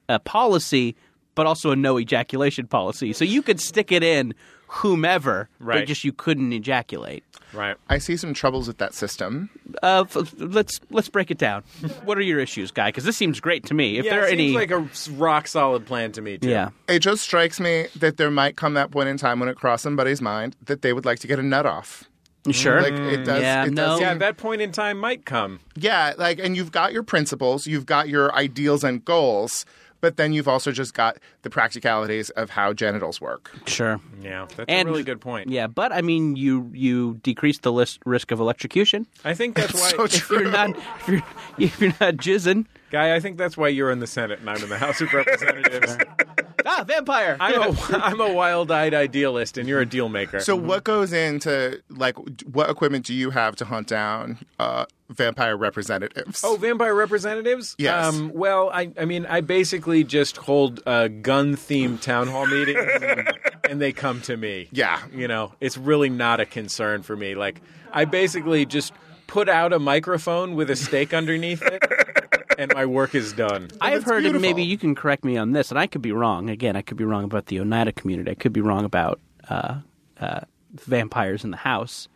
uh, policy, but also a no ejaculation policy. So you could stick it in whomever, Right. but just you couldn't ejaculate. right. I see some troubles with that system. Uh, f- let's let's break it down. what are your issues, guy? Because this seems great to me. If yeah, there are it seems any, like a rock solid plan to me too. yeah. It just strikes me that there might come that point in time when it crossed somebody's mind that they would like to get a nut off. Mm-hmm. Sure. Mm, Like it does. yeah, it no. does Yeah, seem- that point in time might come. yeah. Like, and you've got your principles, you've got your ideals and goals, but then you've also just got the practicalities of how genitals work. Sure. Yeah, that's And a really good point. Yeah, but I mean, you you decrease the list, risk of electrocution I think that's why, So if you're true. not if you're, if you're not jizzing. guy. I think that's why you're in the Senate and I'm in the House of Representatives. Ah, vampire. I'm a I'm a wild-eyed idealist, and you're a deal maker. So, what goes into like d- what equipment do you have to hunt down uh, vampire representatives? Oh, vampire representatives? Yes. Um, well, I, I mean, I basically just hold uh, gun themed town hall meetings and, and they come to me. Yeah. You know, it's really not a concern for me. Like, I basically just put out a microphone with a stake underneath it and my work is done. I've that's heard, and maybe beautiful. you can correct me on this, and I could be wrong. Again, I could be wrong about the Oneida community. I could be wrong about uh, uh, vampires in the house.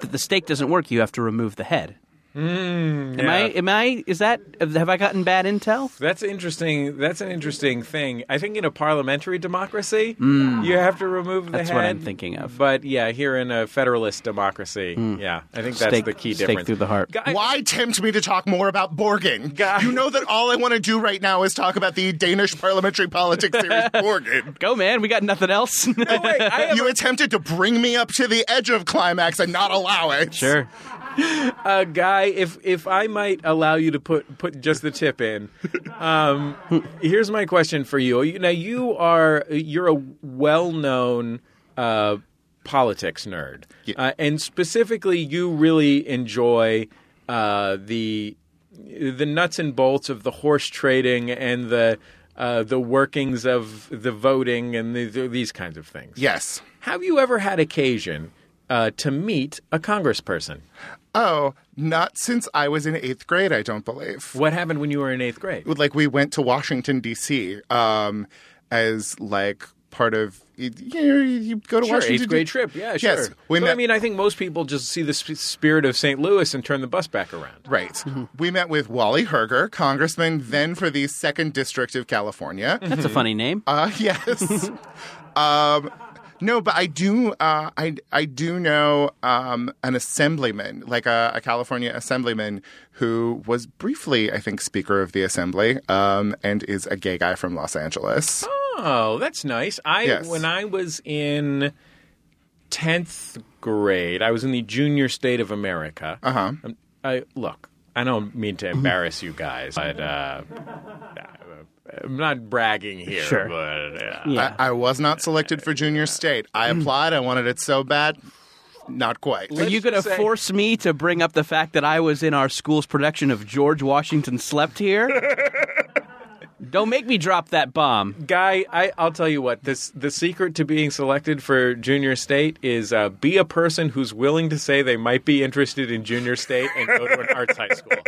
That the stake doesn't work. You have to remove the head. Mm, am I? Hmm, yeah. Am I? Is that? Have I gotten bad intel? That's interesting. That's an interesting thing. I think in a parliamentary democracy, you have to remove the Mm. That's head. what I'm thinking of. Mm. But yeah, here in a federalist democracy, yeah, I think that's Stake- the key stake difference. through the heart. Guy- Why tempt me to talk more about Borgen? Guys. You know that all I want to do right now is talk about the Danish parliamentary politics series Borgen. Go, man. We got nothing else. Oh, wait, I have You attempted to bring me up to the edge of climax and not allow it. sure. uh, guy, if if I might allow you to put put just the tip in, um, here's my question for you. You- Now you are you're a well known uh, politics nerd, Yeah. uh, and specifically, you really enjoy uh, the the nuts and bolts of the horse trading and the uh, the workings of the voting and the, the, these kinds of things. Yes. Have you ever had occasion uh, to meet a congressperson? Oh, not since I was in eighth grade, I don't believe. What happened when you were in eighth grade? Like, we went to Washington, D.C. Um, as, like, part of. You, know, you go to Sure, Washington. eighth grade D- trip. Yeah, sure. Yes. We But, met- I mean, I think most people just see the sp- spirit of St. Louis and turn the bus back around. Right. Mm-hmm. We met with Wally Herger, congressman then for the second district of California. That's a funny name. Uh, yes. um, no, but I do. Uh, I I do know um, an assemblyman, like a, a California assemblyman, who was briefly, I think, Speaker of the Assembly, um, and is a gay guy from Los Angeles. Oh, that's nice. I Yes. when I was in tenth grade, I was in the junior state of America. Uh Uh-huh. huh. I look. I don't mean to embarrass you guys, but uh, I'm not bragging here. Sure. But uh, yeah. I, I was not selected for junior state. I applied. I wanted it so bad. Not quite. Are you going to Let's say- force me to bring up the fact that I was in our school's production of George Washington Slept Here? Don't make me drop that bomb. guy, I, I'll tell you what. This the secret to being selected for junior state is uh, be a person who's willing to say they might be interested in junior state and go to an arts high school.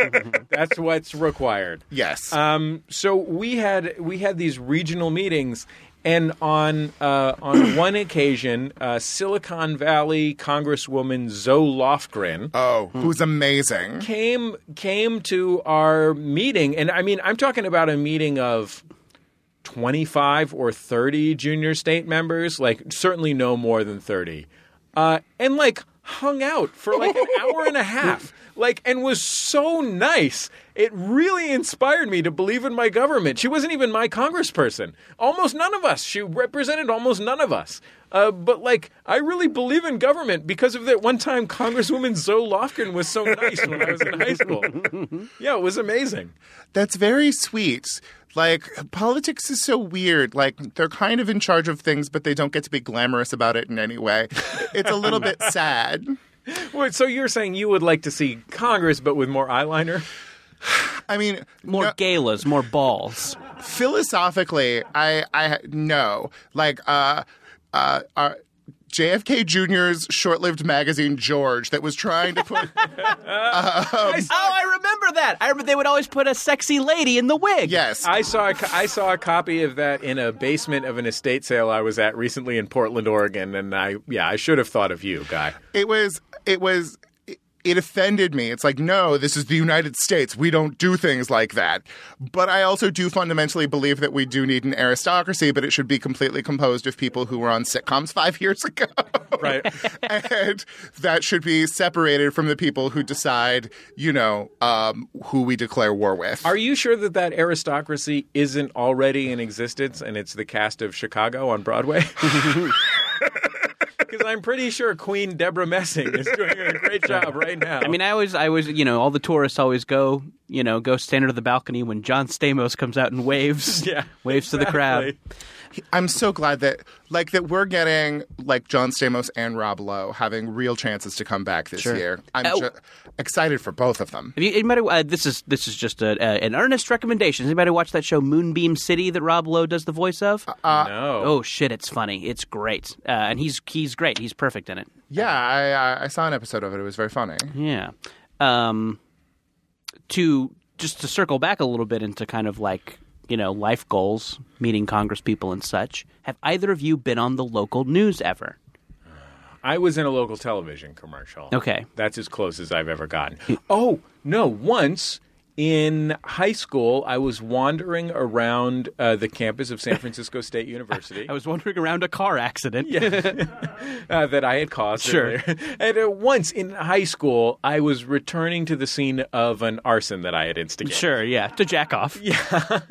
That's what's required. Yes. Um, so we had we had these regional meetings, and on uh, on one occasion, uh, Silicon Valley Congresswoman Zoe Lofgren oh, who's amazing. came came to our meeting and i mean i'm talking about a meeting of 25 or 30 junior state members like certainly no more than 30 uh, and like hung out for like an hour and a half like and was so nice it really inspired me to believe in my government she wasn't even my congressperson almost none of us she represented almost none of us uh, but like i really believe in government because of that one time congresswoman zoe lofgren was so nice when i was in high school yeah it was amazing That's very sweet. Like politics is so weird. Like they're kind of in charge of things, but they don't get to be glamorous about it in any way. It's a little bit sad. Wait, so you're saying you would like to see Congress, but with more eyeliner? I mean, More no- galas, more balls. philosophically, I I no like uh uh. uh JFK Jr.'s short-lived magazine George that was trying to put Oh, I remember that. I remember they would always put a sexy lady in the wig. yes I saw a co- I saw a copy of that in a basement of an estate sale I was at recently in Portland, Oregon, and I yeah I should have thought of you, guy. it was it was it- it offended me it's like no this is the united states we don't do things like that but i also do fundamentally believe that we do need an aristocracy but it should be completely composed of people who were on sitcoms five years ago Right. and that should be separated from the people who decide you know um, who we declare war with Are you sure that that aristocracy isn't already in existence and it's the cast of Chicago on Broadway? Because I'm pretty sure Queen Deborah Messing is doing a great job right now. I mean, I always, I always, you know, all the tourists always go, you know, go stand under the balcony when John Stamos comes out and waves, Yeah, waves to the crowd. exactly. i'm so glad that like that we're getting like john stamos and rob lowe having real chances to come back this year i'm Oh. ju- excited for both of them Have you, anybody, uh, this is this is just a, a, an earnest recommendation. Has anybody watched that show Moonbeam City that Rob Lowe does the voice of? no. oh shit, it's funny. It's great, uh, and he's he's great. He's perfect in it. Yeah, I, I, I saw an episode of it. It was very funny. Yeah. Um, to just to circle back a little bit into kind of like you know life goals, meeting Congress people and such. Have either of you been on the local news ever? I was in a local television commercial. Okay. That's as close as I've ever gotten. Oh, no. Once in high school, I was wandering around uh, the campus of San Francisco State University I was wandering around a car accident. uh, that I had caused. Sure. earlier. and uh, once in high school, I was returning to the scene of an arson that I had instigated. Sure, yeah, to jack off. Yeah.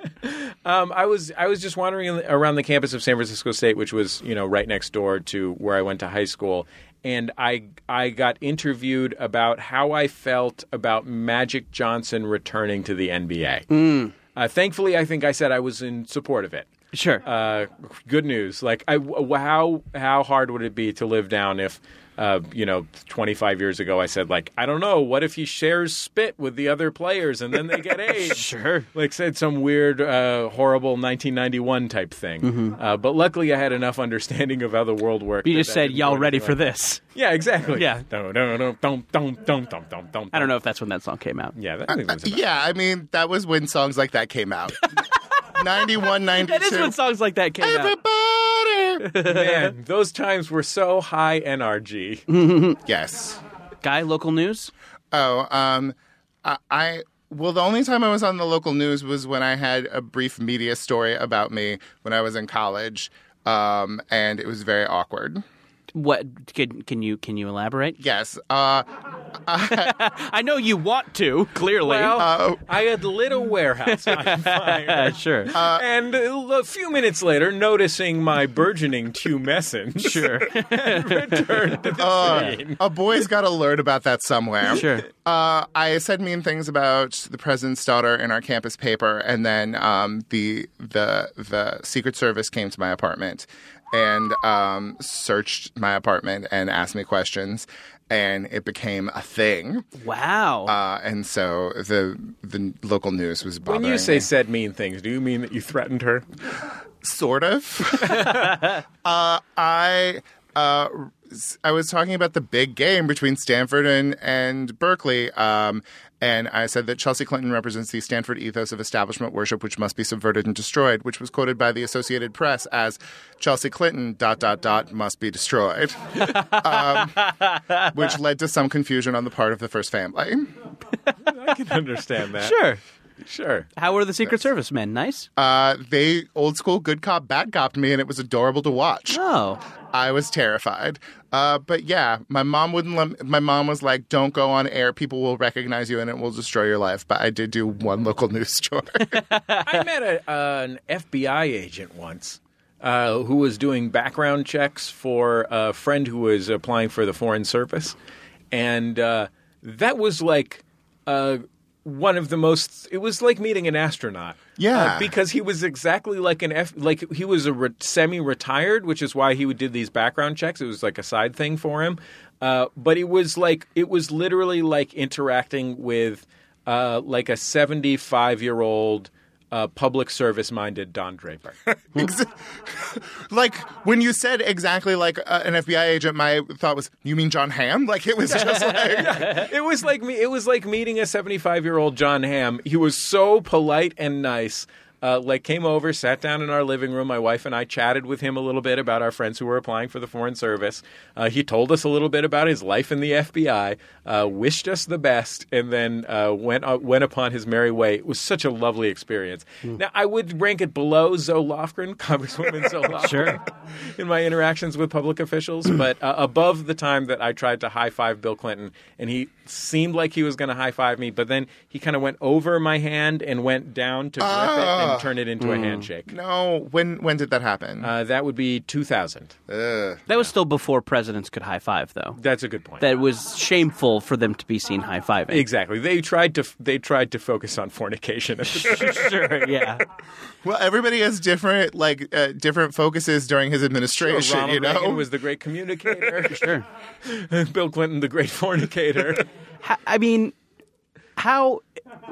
Um, I was I was just wandering in- around the campus of San Francisco State, which was you know right next door to where I went to high school, and I I got interviewed about how I felt about Magic Johnson returning to the NBA. Uh, thankfully, I think I said I was in support of it. Sure. Uh, good news. Like, I, w- how how hard would it be to live down if, uh, you know, 25 years ago I said like, I don't know, what if he shares spit with the other players and then they get AIDS? Sure. Like said some weird, uh, horrible 1991 type thing. Uh, but luckily, I had enough understanding of how the world worked. Mm-hmm. You that just that said, didn't y'all go ready anywhere. for this. Yeah, exactly. Yeah. Dum, dum, dum, dum, dum, dum, dum, dum, dum. I don't know if that's when that song came out. Yeah, that, I think that was about Yeah, I mean, that was when songs like that came out. 91, 92. That is when songs like that came out. Everybody! Man, those times were so high NRG. yes. Guy, local news? Oh, um, I, I well, the only time I was on the local news was when I had a brief media story about me when I was in college, um, and it was very awkward. What can, can you can you elaborate? Yes, uh, I know you want to, clearly. Well, Oh. I had lit a warehouse on fire. Uh, sure. and a few minutes later, noticing my burgeoning tumescence, sure. returned to the scene. a boy's got to learn about that somewhere. Sure. Uh, I said mean things about the president's daughter in our campus paper, and then um, the the the Secret Service came to my apartment and um, searched my apartment and asked me questions, and it became a thing. Wow. Uh, and so the the local news was bothering When you say me. said mean things, do you mean that you threatened her? sort of, uh, I uh, s- I was talking about the big game between Stanford and and Berkeley. Um, and I said that Chelsea Clinton represents the Stanford ethos of establishment worship, which must be subverted and destroyed, which was quoted by the Associated Press as Chelsea Clinton dot dot dot must be destroyed, um, which led to some confusion on the part of the first family. I can understand that. sure. sure. How were the Secret Service men? Nice. Uh, they old school good cop bad copped me, and it was adorable to watch. oh. I was terrified. Uh, but yeah, my mom wouldn't let. My mom was like, "Don't go on air. People will recognize you, and it will destroy your life." But I did do one local news story. I met a, uh, an FBI agent once uh, who was doing background checks for a friend who was applying for the Foreign Service. And uh, that was like uh, one of the most, it was like meeting an astronaut. Yeah. Uh, because he was exactly like an F, like he was a re- semi retired, which is why he did these background checks. It was like a side thing for him. Uh, but it was like, it was literally like interacting with uh, like a 75 year old uh, public service minded Don Draper. Ex- like when you said exactly like uh, an FBI agent, my thought was, "You mean John Hamm?" Like it was just like, it was like me. It was like meeting a 75 year old John Hamm. He was so polite and nice. Uh, like came over, sat down in our living room. My wife and I chatted with him a little bit about our friends who were applying for the foreign service. Uh, he told us a little bit about his life in the FBI, uh, wished us the best, and then uh, went uh, went upon his merry way. It was such a lovely experience. Now I would rank it below Zoe Lofgren, Congresswoman Zoe Lofgren Sure. in my interactions with public officials, but uh, above the time that I tried to high five Bill Clinton, and he seemed like he was going to high five me, but then he kind of went over my hand and went down to grip it and turn it into a handshake. Ah. Hmm. "No." When when did that happen? Uh, that would be 2000. That was still before presidents could high five, though. That's a good point. That was shameful for them to be seen high fiving. exactly. They tried to they tried to focus on fornication. at the time. sure. Yeah. well, everybody has different like uh, different focuses during his administration. Ronald you know, Reagan was the great communicator. Sure. Bill Clinton, the great fornicator. H- I mean, how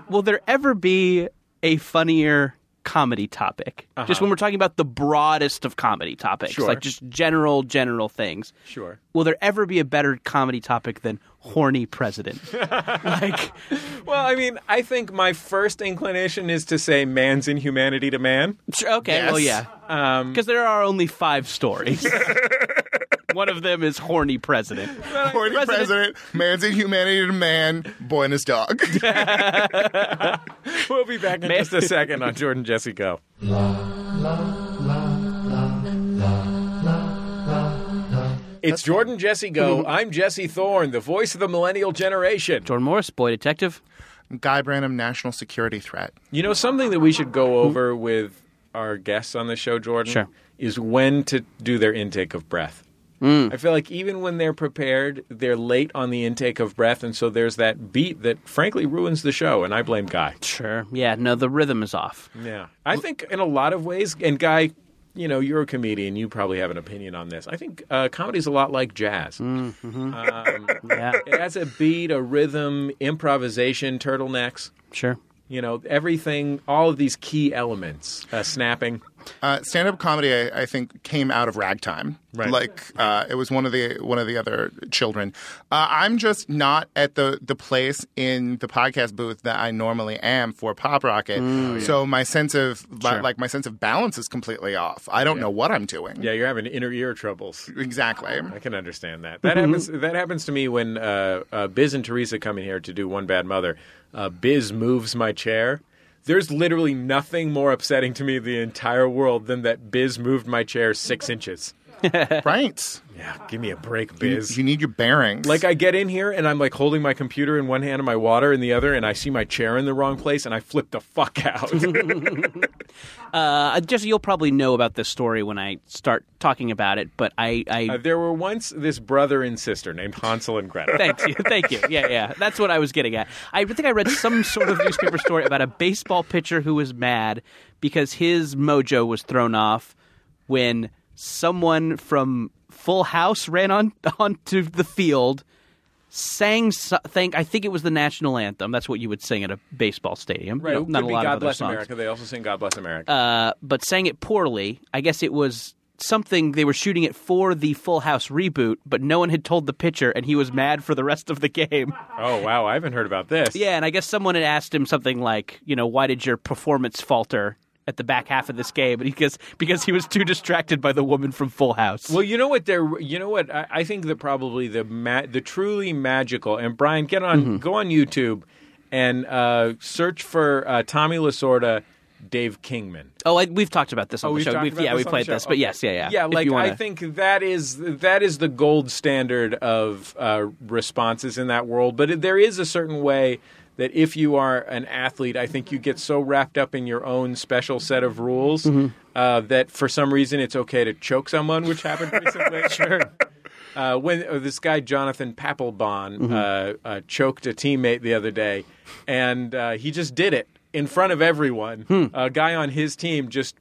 will there ever be a funnier comedy topic? Just when we're talking about the broadest of comedy topics, Sure. like just general, general things. Sure. Will there ever be a better comedy topic than horny president? like, Well, I mean, I think my first inclination is to say man's inhumanity to man. sure, okay, well, yeah, Yes. because there are only five stories. One of them is horny president. Horny President- president, man's inhumanity to man, boy and his dog. We'll be back in just a second on Jordan Jesse Go. It's Jordan Jesse Go. I'm Jesse Thorne, the voice of the millennial generation. Jordan Morris, boy detective. Guy Branham, national security threat. You know, something that we should go over with our guests on the show, Jordan, Sure. is when to do their intake of breath. I feel like even when they're prepared, they're late on the intake of breath, and so there's that beat that frankly ruins the show. And I blame Guy. Sure. Yeah. No, the rhythm is off. Yeah, I think in a lot of ways, and Guy, you know, you're a comedian. You probably have an opinion on this. I think uh, comedy's a lot like jazz. Um, Yeah. it has a beat, a rhythm, improvisation, turtlenecks. Sure. You know, everything, all of these key elements, uh, snapping. Uh, stand-up comedy, I, I think, came out of ragtime. Right. Like uh, it was one of the one of the other children. Uh, I'm just not at the the place in the podcast booth that I normally am for Pop Rocket. Mm. Oh, So my sense of Sure. like my sense of balance is completely off. I don't know what I'm doing. Yeah, you're having inner ear troubles. Exactly. I can understand that. That happens. That happens to me when uh, uh, Biz and Teresa come in here to do One Bad Mother. Uh, Biz moves my chair. There's literally nothing more upsetting to me in the entire world than that Biz moved my chair six inches. Right. Yeah, give me a break, You, Biz. you need your bearings. Like I get in here and I'm like holding my computer in one hand and my water in the other, and I see my chair in the wrong place, and I flip the fuck out. Uh, just you'll probably know about this story when I start talking about it, but I. I Uh, there were once this brother and sister named Hansel and Gretel. Thank you. Thank you. Yeah, yeah. That's what I was getting at. I think I read some sort of newspaper story about a baseball pitcher who was mad because his mojo was thrown off when someone from Full House ran on onto the field, sang so- think I think it was the national anthem. That's what you would sing at a baseball stadium. Right, No- it not could a be lot God of other Bless songs America. They also sing God Bless America. uh, but sang it poorly. I guess it was something they were shooting it for the Full House reboot, but no one had told the pitcher, and he was mad for the rest of the game. oh wow, I haven't heard about this. Yeah, and I guess someone had asked him something like, you know, why did your performance falter at the back half of this game? And he goes, because he was too distracted by the woman from Full House. Well, you know what? There, you know what? I, I think that probably the ma- the truly magical. And Brian, get on, Mm-hmm. go on YouTube, and uh, search for uh, Tommy Lasorda, Dave Kingman. oh, I, we've talked about this on the we've show. talked We've, about yeah, this on we the played show. this, but Okay. yes, yeah, yeah. yeah. If Like you wanna- I think that is that is the gold standard of uh, responses in that world. But there is a certain way that if you are an athlete, I think you get so wrapped up in your own special set of rules Mm-hmm. uh, that for some reason it's okay to choke someone, which happened recently. sure. Uh, when uh, this guy Jonathan Papelbon Mm-hmm. uh, uh, choked a teammate the other day, and uh, he just did it in front of everyone. Hmm. A guy on his team just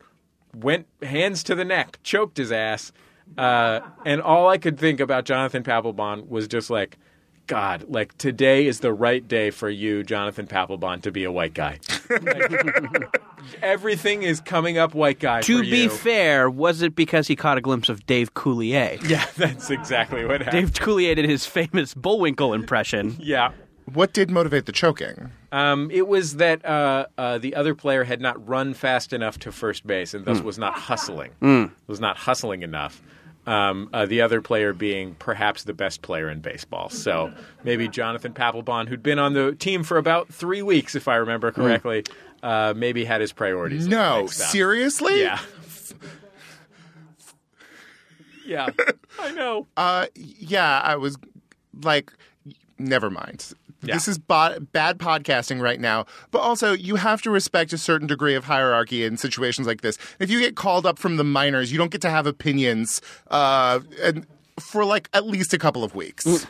went hands to the neck, choked his ass, uh, and all I could think about Jonathan Papelbon was just like, God, like today is the right day for you, Jonathan Papelbon, to be a white guy. Like, everything is coming up white guy. To for be you. fair, was it because he caught a glimpse of Dave Coulier? yeah, that's exactly what happened. Dave Coulier did his famous Bullwinkle impression. Yeah. what did motivate the choking? Um, it was that uh, uh, the other player had not run fast enough to first base and thus Hmm. was not hustling. Was not hustling enough. Um, uh, the other player being perhaps the best player in baseball. So maybe Jonathan Papelbon, who'd been on the team for about three weeks, if I remember correctly, uh, maybe had his priorities. Hmm. No, mixed up. seriously. Yeah. yeah. I know. Uh, yeah, I was like, never mind. Yeah. This is bo- bad podcasting right now. But also, you have to respect a certain degree of hierarchy in situations like this. If you get called up from the minors, you don't get to have opinions uh, and for like at least a couple of Mm. weeks.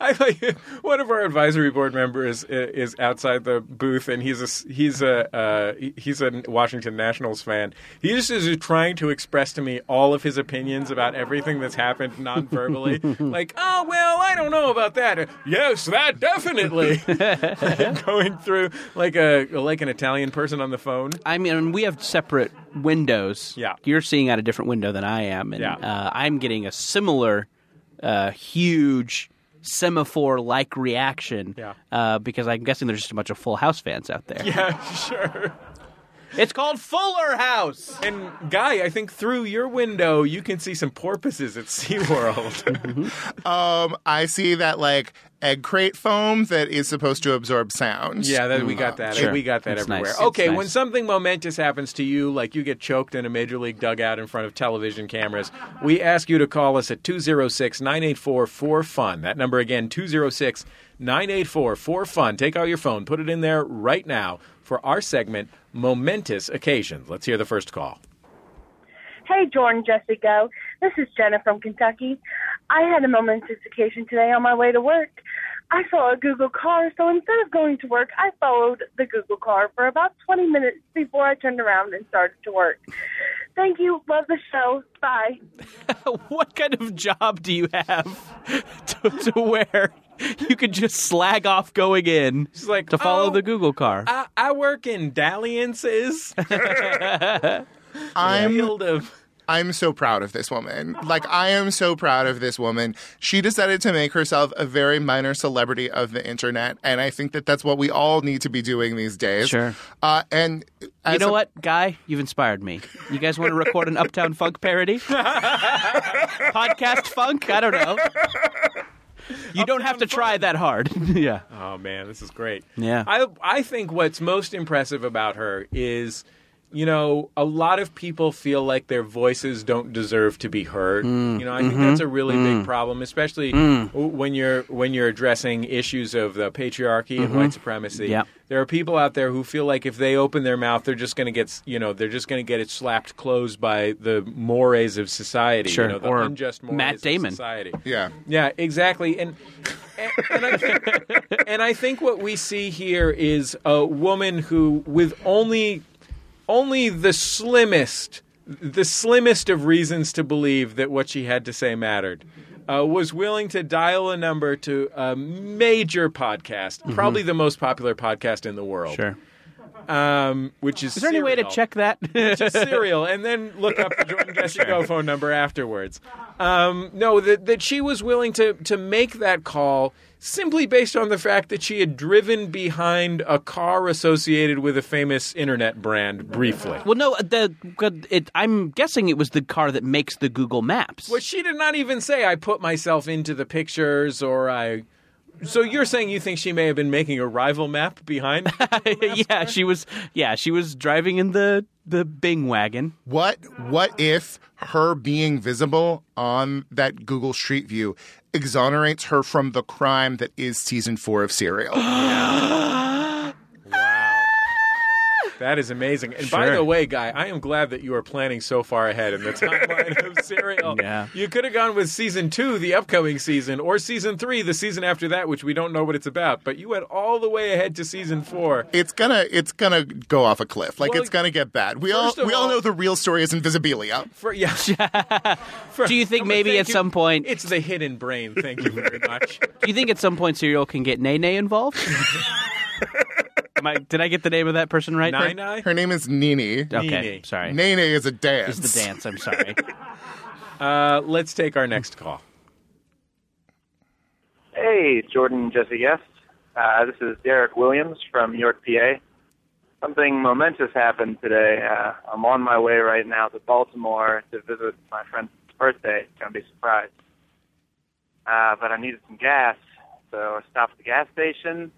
I like one of our advisory board members i- is outside the booth, and he's a s- he's a uh, he- he's a Washington Nationals fan. He just is trying to express to me all of his opinions about everything that's happened non-verbally. like, oh well, I don't know about that. Yes, that definitely. Going through like a like an Italian person on the phone. I mean, we have separate windows. Yeah. You're seeing out a different window than I am. And Yeah. uh, I'm getting a similar uh, huge semaphore like reaction Yeah. uh, because I'm guessing there's just a bunch of Full House fans out there. Yeah, sure. It's called Fuller House. And Guy, I think through your window you can see some porpoises at SeaWorld. um, I see that like egg crate foam that is supposed to absorb sound. Yeah, that, we got that. Mm. Sure. We got that It's nice. everywhere. It's Okay, nice. when something momentous happens to you, like you get choked in a major league dugout in front of television cameras, we ask you to call us at 206 984 4FUN. That number again, 206 984 4FUN. Take out your phone, put it in there right now for our segment, Momentous Occasions. Let's hear the first call. Hey, Jordan, Jessica. This is Jenna from Kentucky. I had a momentous occasion today on my way to work. I saw a Google car, so instead of going to work, I followed the Google car for about 20 minutes before I turned around and started to work. Thank you. Love the show. Bye. what kind of job do you have to, to where you could just slag off going in She's like, to follow "Oh, the Google car? I, I work in dalliances. I'm Field of. I'm so proud of this woman. Like, I am so proud of this woman. She decided to make herself a very minor celebrity of the internet. And I think that that's what we all need to be doing these days. Sure. Uh, and you as know a- what, guy? You've inspired me. You guys want to record an Uptown Funk parody? Podcast Funk? I don't know. You don't have to try that hard. yeah. Oh man, this is great. Yeah. I I think what's most impressive about her is, you know, a lot of people feel like their voices don't deserve to be heard. Mm. You know, I Mm-hmm. think that's a really big problem, especially w- when you're when you're addressing issues of the patriarchy and Mm-hmm. white supremacy. Yep. There are people out there who feel like if they open their mouth, they're just going to get, s- you know, they're just going to get it slapped closed by the mores of society, Sure. you know, the Or unjust mores Matt of Damon. society. Yeah. Yeah, exactly. And and, and I, think, and I think what we see here is a woman who, with only only the slimmest the slimmest of reasons to believe that what she had to say mattered. Uh, was willing to dial a number to a major podcast, probably the most popular podcast in the world. Sure. Um, which is Is there any way to Serial check that? just cereal and then look up the Jordan Jesse Go phone number afterwards. Um, no, that, that she was willing to, to make that call simply based on the fact that she had driven behind a car associated with a famous internet brand briefly. well, no. The it, I'm guessing it was the car that makes the Google Maps. But she did not even say, I put myself into the pictures or I. So you're saying you think she may have been making a rival map behind? yeah, she was. Yeah, she was driving in the the Bing wagon. What what if her being visible on that Google Street View exonerates her from the crime that is season four of Serial? Wow. That is amazing. And by Sure. the way, Guy, I am glad that you are planning so far ahead in the timeline of Serial. Yeah. You could have gone with season two, the upcoming season, or season three, the season after that, which we don't know what it's about. But you went all the way ahead to season four. it's gonna it's gonna go off a cliff. Like Well, it's gonna get bad. We all first of we all all- know the real story is Invisibilia. For, yeah. For- Do you think I'm gonna maybe thank at you- some point- It's the hidden brain. Thank you very much. Do you think at some point Serial can get Nay Nay involved? Am I, did I get the name of that person right? Nine Eye? Her name is Nini. Okay, Nene. sorry. Nene is a dance. is the dance. I'm sorry. Uh, let's take our next call. Hey, Jordan, Jesse Guest. Uh, this is Derek Williams from York, PA. Something momentous happened today. Uh, I'm on my way right now to Baltimore to visit my friend's birthday. It's going to be a surprise. Uh, but I needed some gas, so I stopped at the gas station.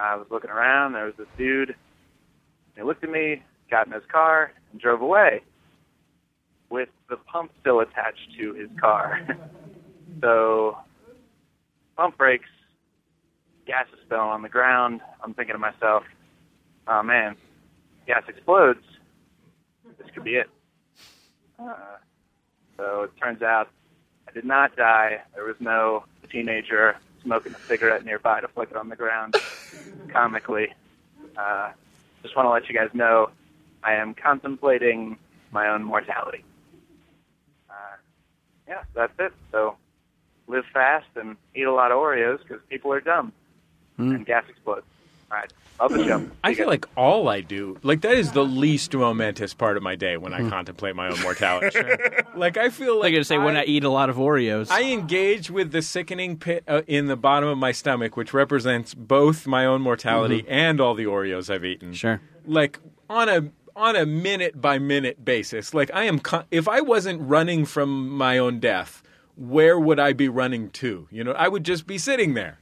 I was looking around. There was this dude. He looked at me, got in his car, and drove away with the pump still attached to his car. so pump brakes, gas is spilling on the ground. I'm thinking to myself, oh man, gas explodes. This could be it. Uh, so it turns out I did not die. There was no teenager smoking a cigarette nearby to flick it on the ground comically. Uh, just want to let you guys know I am contemplating my own mortality. Uh, yeah, that's it. So live fast and eat a lot of Oreos because people are dumb and gas explodes. All right, love the show. Hmm. I See you feel guys. like all I do, like that is the least momentous part of my day when I contemplate my own mortality. Like I feel like I'm gonna say when I eat a lot of Oreos. I engage with the sickening pit uh, in the bottom of my stomach, which represents both my own mortality and all the Oreos I've eaten. Sure. Like on a on a minute by minute basis. Like I am, con- if I wasn't running from my own death, where would I be running to? You know, I would just be sitting there.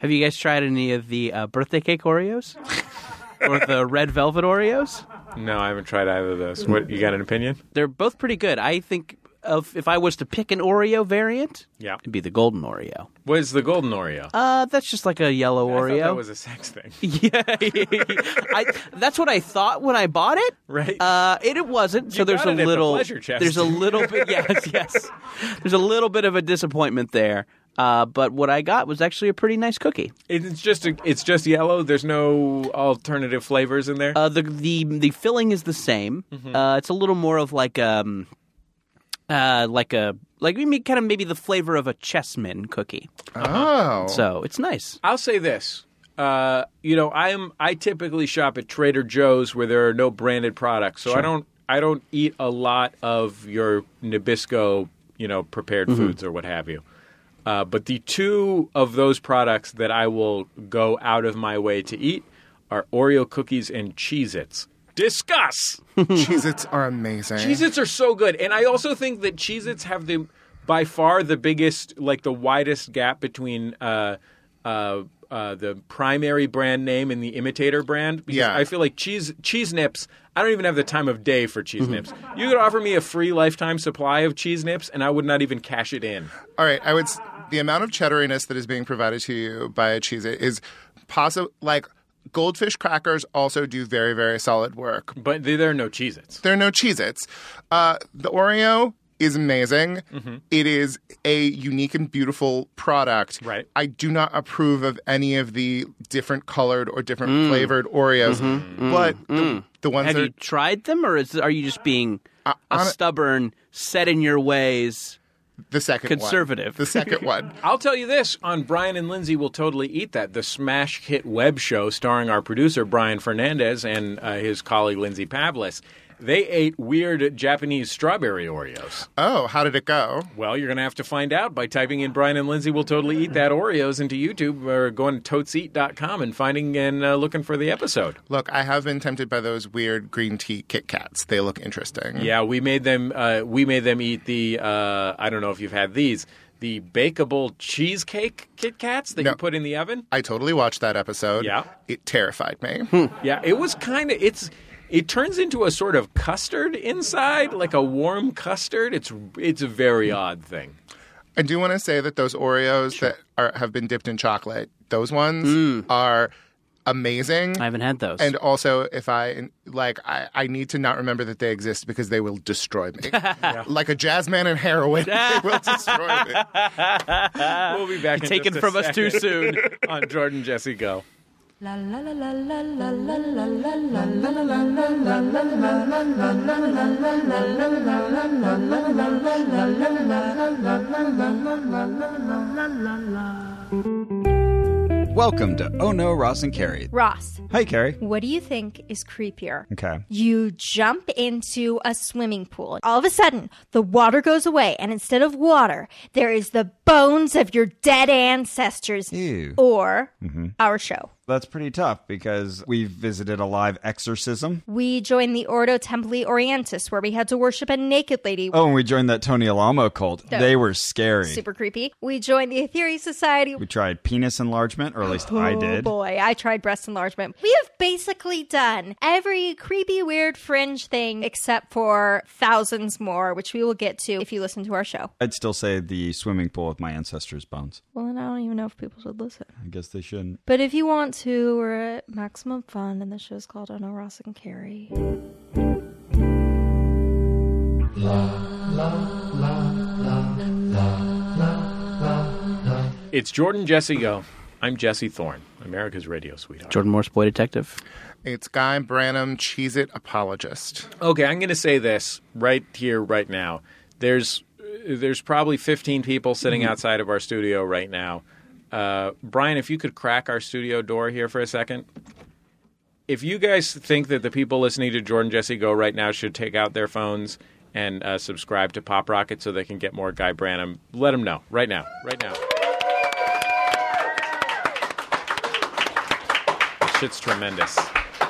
Have you guys tried any of the uh, birthday cake Oreos or the red velvet Oreos? No, I haven't tried either of those. What you got an opinion? They're both pretty good. I think of if I was to pick an Oreo variant, Yeah. it'd be the golden Oreo. What is the golden Oreo? Uh, that's just like a yellow I thought Oreo. that was a sex thing. yeah, I, that's what I thought when I bought it. Right. Uh, it, it wasn't. so You there's got a it at the little. pleasure chest. There's a little bit. Yes, yes. There's a little bit of a disappointment there. Uh, but what I got was actually a pretty nice cookie. It's just a, it's just yellow. There's no alternative flavors in there. Uh, the the the filling is the same. Mm-hmm. Uh, it's a little more of like um, uh, like a like we kind of maybe the flavor of a chessman cookie. Oh. uh-huh. So it's nice. I'll say this. Uh, you know, I'm I typically shop at Trader Joe's where there are no branded products, so I don't I don't eat a lot of your Nabisco, you know, prepared Mm-hmm. foods or what have you. Uh, but the two of those products that I will go out of my way to eat are Oreo cookies and Cheez-Its. Discuss. Cheez-Its are amazing. Cheez-Its are so good. And I also think that Cheez-Its have the by far the biggest like the widest gap between uh uh uh, the primary brand name and the imitator brand. Because Yeah. I feel like cheese cheese nips. I don't even have the time of day for cheese nips. You could offer me a free lifetime supply of cheese nips, and I would not even cash it in. All right, I would. s- The amount of cheddariness that is being provided to you by a cheese It is possible. Like goldfish crackers also do very very solid work. But there there are no Cheez-Its. There are no Cheez-Its. Uh, the Oreo is amazing. Mm-hmm. It is a unique and beautiful product. Right. I do not approve of any of the different colored or different Mm. flavored Oreos, Mm-hmm. but the, the ones Have that you tried them, or is, are you just being a hon- stubborn, set in your ways? the second one. Conservative. the second one. I'll tell you this: on Brian and Lindsay will totally eat that. The smash hit web show starring our producer Brian Fernandez and uh, his colleague Lindsay Pavlis. They ate weird Japanese strawberry Oreos. Oh, how did it go? Well, you're going to have to find out by typing in Brian and Lindsay will totally eat that Oreos into YouTube or going to toteseat.com and finding and uh, looking for the episode. Look, I have been tempted by those weird green tea Kit Kats. They look interesting. Yeah, we made them. Uh, we made them eat the. Uh, I don't know if you've had these. The bakeable cheesecake Kit Kats that No. you put in the oven. I totally watched that episode. Yeah. Hmm. It terrified me. Yeah, it was kind of it's it turns into a sort of custard inside, like a warm custard. It's it's a very odd thing. I do want to say that those Oreos that are, have been dipped in chocolate, those ones Hmm. are amazing. I haven't had those. and also, if I like, I, I need to not remember that they exist because they will destroy me. Like a jazz man and heroin, they will destroy me. We'll be back. in Uh, taken just a from us too second soon. on Jordan Jesse Go. Welcome to Oh No, Ross and Carrie. Ross, Hi, Carrie. what do you think is creepier? Okay. You jump into a swimming pool. All of a sudden, the water goes away, and instead of water, there is the bones of your dead ancestors Ew. or our show. That's pretty tough because we visited a live exorcism. We joined the Ordo Templi Orientis, where we had to worship a naked lady. Oh, and we joined that Tony Alamo cult. Dope. They were scary. Super creepy. We joined the Aetheri Society. We tried penis enlargement, or at least I Oh, did. boy, I tried breast enlargement. We have basically done every creepy, weird fringe thing except for thousands more, which we will get to if you listen to our show. I'd still say the swimming pool with my ancestors' bones. Well, and I don't even know if people should listen. I guess they shouldn't. But if you want to, we're at Maximum Fun, and the show's called Ono Ross and Carrie. It's Jordan Jesse Go. I'm Jesse Thorne, America's radio sweetheart. Jordan Morse, boy detective. It's Guy Branum, Cheese It Apologist. Okay, I'm going to say this right here, right now. There's there's probably 15 people sitting outside of our studio right now. Uh, Brian, if you could crack our studio door here for a second. If you guys think that the people listening to Jordan Jesse Go right now should take out their phones and uh, subscribe to Pop Rocket so they can get more Guy Branum, let them know right now, right now. Shit's tremendous.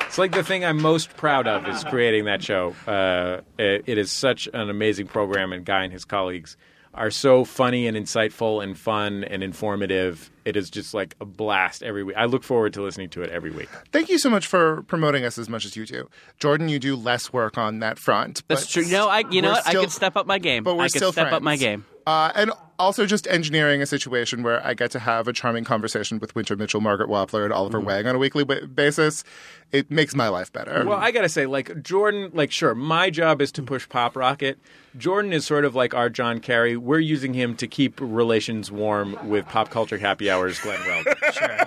It's like the thing I'm most proud of is creating that show. Uh, it, it is such an amazing program, and Guy and his colleagues are so funny and insightful and fun and informative. It is just like a blast every week. I look forward to listening to it every week. Thank you so much for promoting us as much as you do, Jordan. You do less work on that front. That's but true. No, I you know we're what? I still- could step up my game. but we're I could still step up friends. my game. Uh, and also just engineering a situation where I get to have a charming conversation with Winter Mitchell, Margaret Wappler, and Oliver Mm-hmm. Wang on a weekly wa- basis. It makes my life better. Well, I gotta say, like Jordan, like sure, my job is to push Pop Rocket. Jordan is sort of like our John Kerry. We're using him to keep relations warm with pop culture happy hours, Glenn Weldon.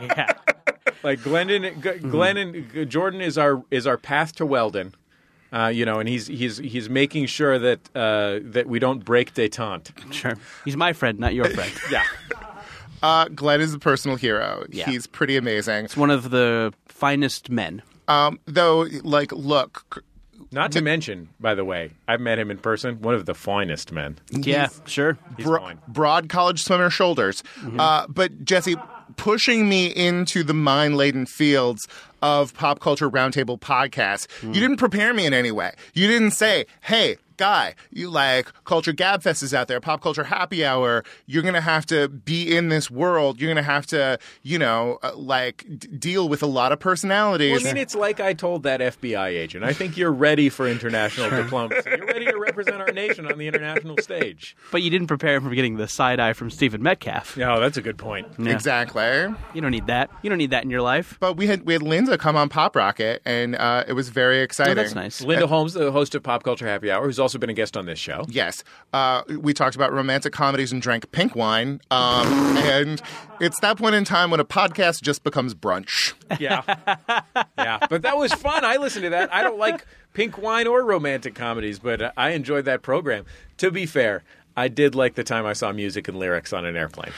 Yeah. like Glendon, G- Glenn and G- Jordan is our is our path to Weldon. Uh, you know, and he's he's he's making sure that uh, that we don't break détente. Sure. He's my friend, not your friend. Yeah, uh, Glenn is a personal hero. Yeah. He's pretty amazing. It's one of the finest men. Um, though, like, look, not to mention, by the way, I've met him in person. One of the finest men. Yeah, sure. He's bro- fine. Mm-hmm. broad college swimmer shoulders. Uh, but Jesse, pushing me into the mine laden fields of pop culture roundtable podcasts, Mm. you didn't prepare me in any way. You didn't say, hey, guy, you like culture gab fest is out there, pop culture happy hour. You're going to have to be in this world. You're going to have to, you know, uh, like d- deal with a lot of personalities. Well, I mean, it's like I told that FBI agent. I think you're ready for international diplomacy. You're ready to represent our nation on the international stage. But you didn't prepare him for getting the side eye from Stephen Metcalf. No, that's a good point. yeah. Exactly. You don't need that. You don't need that in your life. But we had we had Linda come on Pop Rocket, and uh, it was very exciting. Oh, that's nice. Linda Holmes, the host of Pop Culture Happy Hour, who's also been a guest on this show. Yes. Uh, we talked about romantic comedies and drank pink wine. Um, and it's that point in time when a podcast just becomes brunch. Yeah. yeah. But that was fun. I listened to that. I don't like pink wine or romantic comedies, but uh, I enjoyed that program. To be fair, I did like the time I saw music and lyrics on an airplane.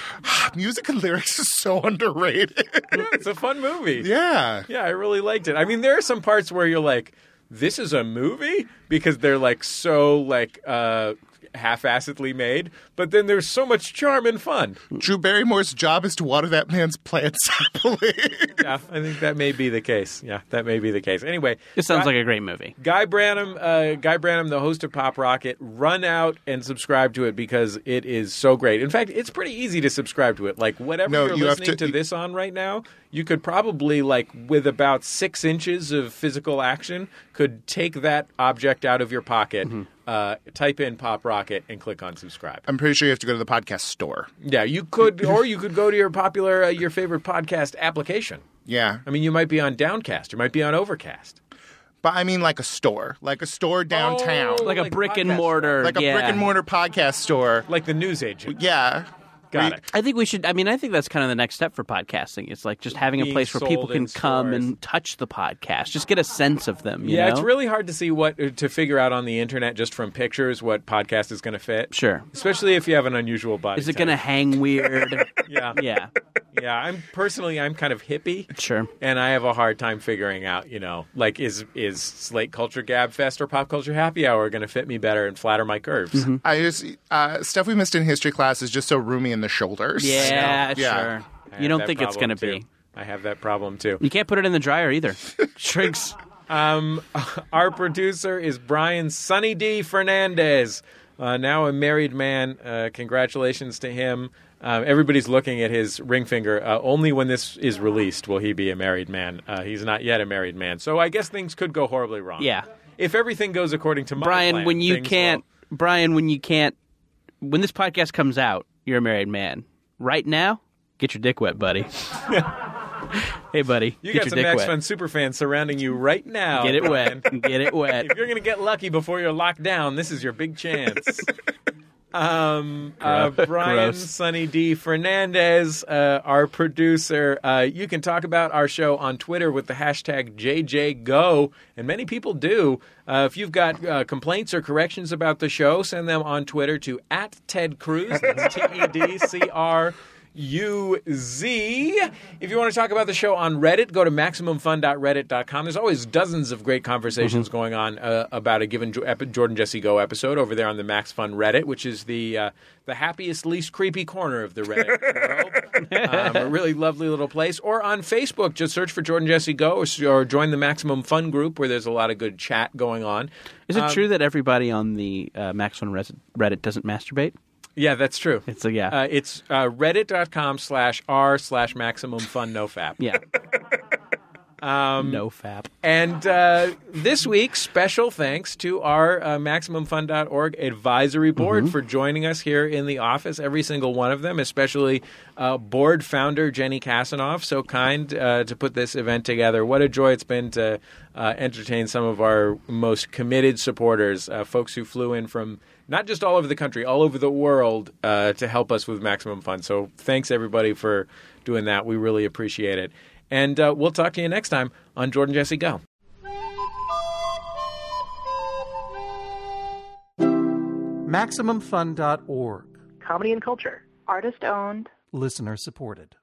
Music and lyrics is so underrated. It's a fun movie. yeah. Yeah, I really liked it. I mean, there are some parts where you're like, this is a movie because they're like so like uh half-assedly made, but then there's so much charm and fun. Drew Barrymore's job is to water that man's plants, I believe. Yeah, I think that may be the case. Yeah, that may be the case. Anyway, It sounds like a great movie. Guy Branum, uh, Guy Branum, the host of Pop Rocket, run out and subscribe to it because it is so great. In fact, it's pretty easy to subscribe to it. Like whatever No, you're you have listening to, to- this on right now, you could probably like with about six inches of physical action, could take that object out of your pocket, Mm-hmm. uh, type in Pop Rocket, and click on subscribe. I'm pretty sure you have to go to the podcast store. yeah, you could, or you could go to your popular, uh, your favorite podcast application. Yeah. I mean, you might be on Downcast, you might be on Overcast. But I mean, like a store, like a store downtown, Oh. Like a Like brick and podcast. mortar. like a yeah. brick and mortar podcast store. Like the news agent. Yeah. Got Where it. I think we should. I mean, I think that's kind of the next step for podcasting. It's like just having a Being place where people sold can in come stores. and touch the podcast, just get a sense of them. you Yeah, know? it's really hard to see what uh, to figure out on the internet just from pictures what podcast is going to fit. Sure. especially if you have an unusual body. Is it type. going to hang weird? Yeah, yeah, yeah. I'm personally, I'm kind of hippie, sure. and I have a hard time figuring out. You know, like is is Slate Culture Gab Fest or Pop Culture Happy Hour going to fit me better and flatter my curves? Mm-hmm. I just, uh, stuff we missed in history class is just so roomy in the shoulders. Yeah, Yeah. sure. I You have don't that think it's going problem, to be? too. I have that problem too. You can't put it in the dryer either. Shrinks. Um, Our producer is Brian Sunny D Fernandez, uh, now a married man. Uh, congratulations to him. Um, everybody's looking at his ring finger. Uh, only when this is released will he be a married man. Uh, he's not yet a married man, so I guess things could go horribly wrong. Yeah. If everything goes according to my Brian, plan, when you things can't, Brian, when you can't, when this podcast comes out, you're a married man. Right now, get your dick wet, buddy. hey, buddy, will- you get got your some dick Max wet. Fun superfans surrounding you right now. Get it Brian. wet. Get it wet. if you're going to get lucky before you're locked down, this is your big chance. Um, uh, Gross. Brian Gross. Sunny D Fernandez, uh, our producer. Uh, you can talk about our show on Twitter with the hashtag JJGo, and many people do. Uh, if you've got uh, complaints or corrections about the show, send them on Twitter to at Ted Cruz. That's T E D C R. UZ. If you want to talk about the show on Reddit, go to MaximumFun.reddit.com. There's always dozens of great conversations going on uh, about a given Jo- epi- Jordan Jesse Go episode over there on the Max Fun Reddit, which is the uh, the happiest, least creepy corner of the Reddit world. Um, a really lovely little place. Or on Facebook, just search for Jordan Jesse Go or, s- or join the Maximum Fun group where there's a lot of good chat going on. um, Is it true that everybody on the uh, Max One Res- Reddit doesn't masturbate? Yeah, that's true. It's a- yeah. Uh, it's uh, reddit.com slash r slash maximum fun no fap. Yeah. Um, no fap. And uh, this week, special thanks to our uh, MaximumFun.org advisory board for joining us here in the office, every single one of them, especially uh, board founder Jenny Kasanoff, so kind uh, to put this event together. What a joy it's been to uh, entertain some of our most committed supporters, uh, folks who flew in from not just all over the country, all over the world uh, to help us with Maximum Fun. So thanks, everybody, for doing that. We really appreciate it. And uh, we'll talk to you next time on Jordan Jesse Go. MaximumFun.org. Comedy and culture. Artist owned. Listener supported.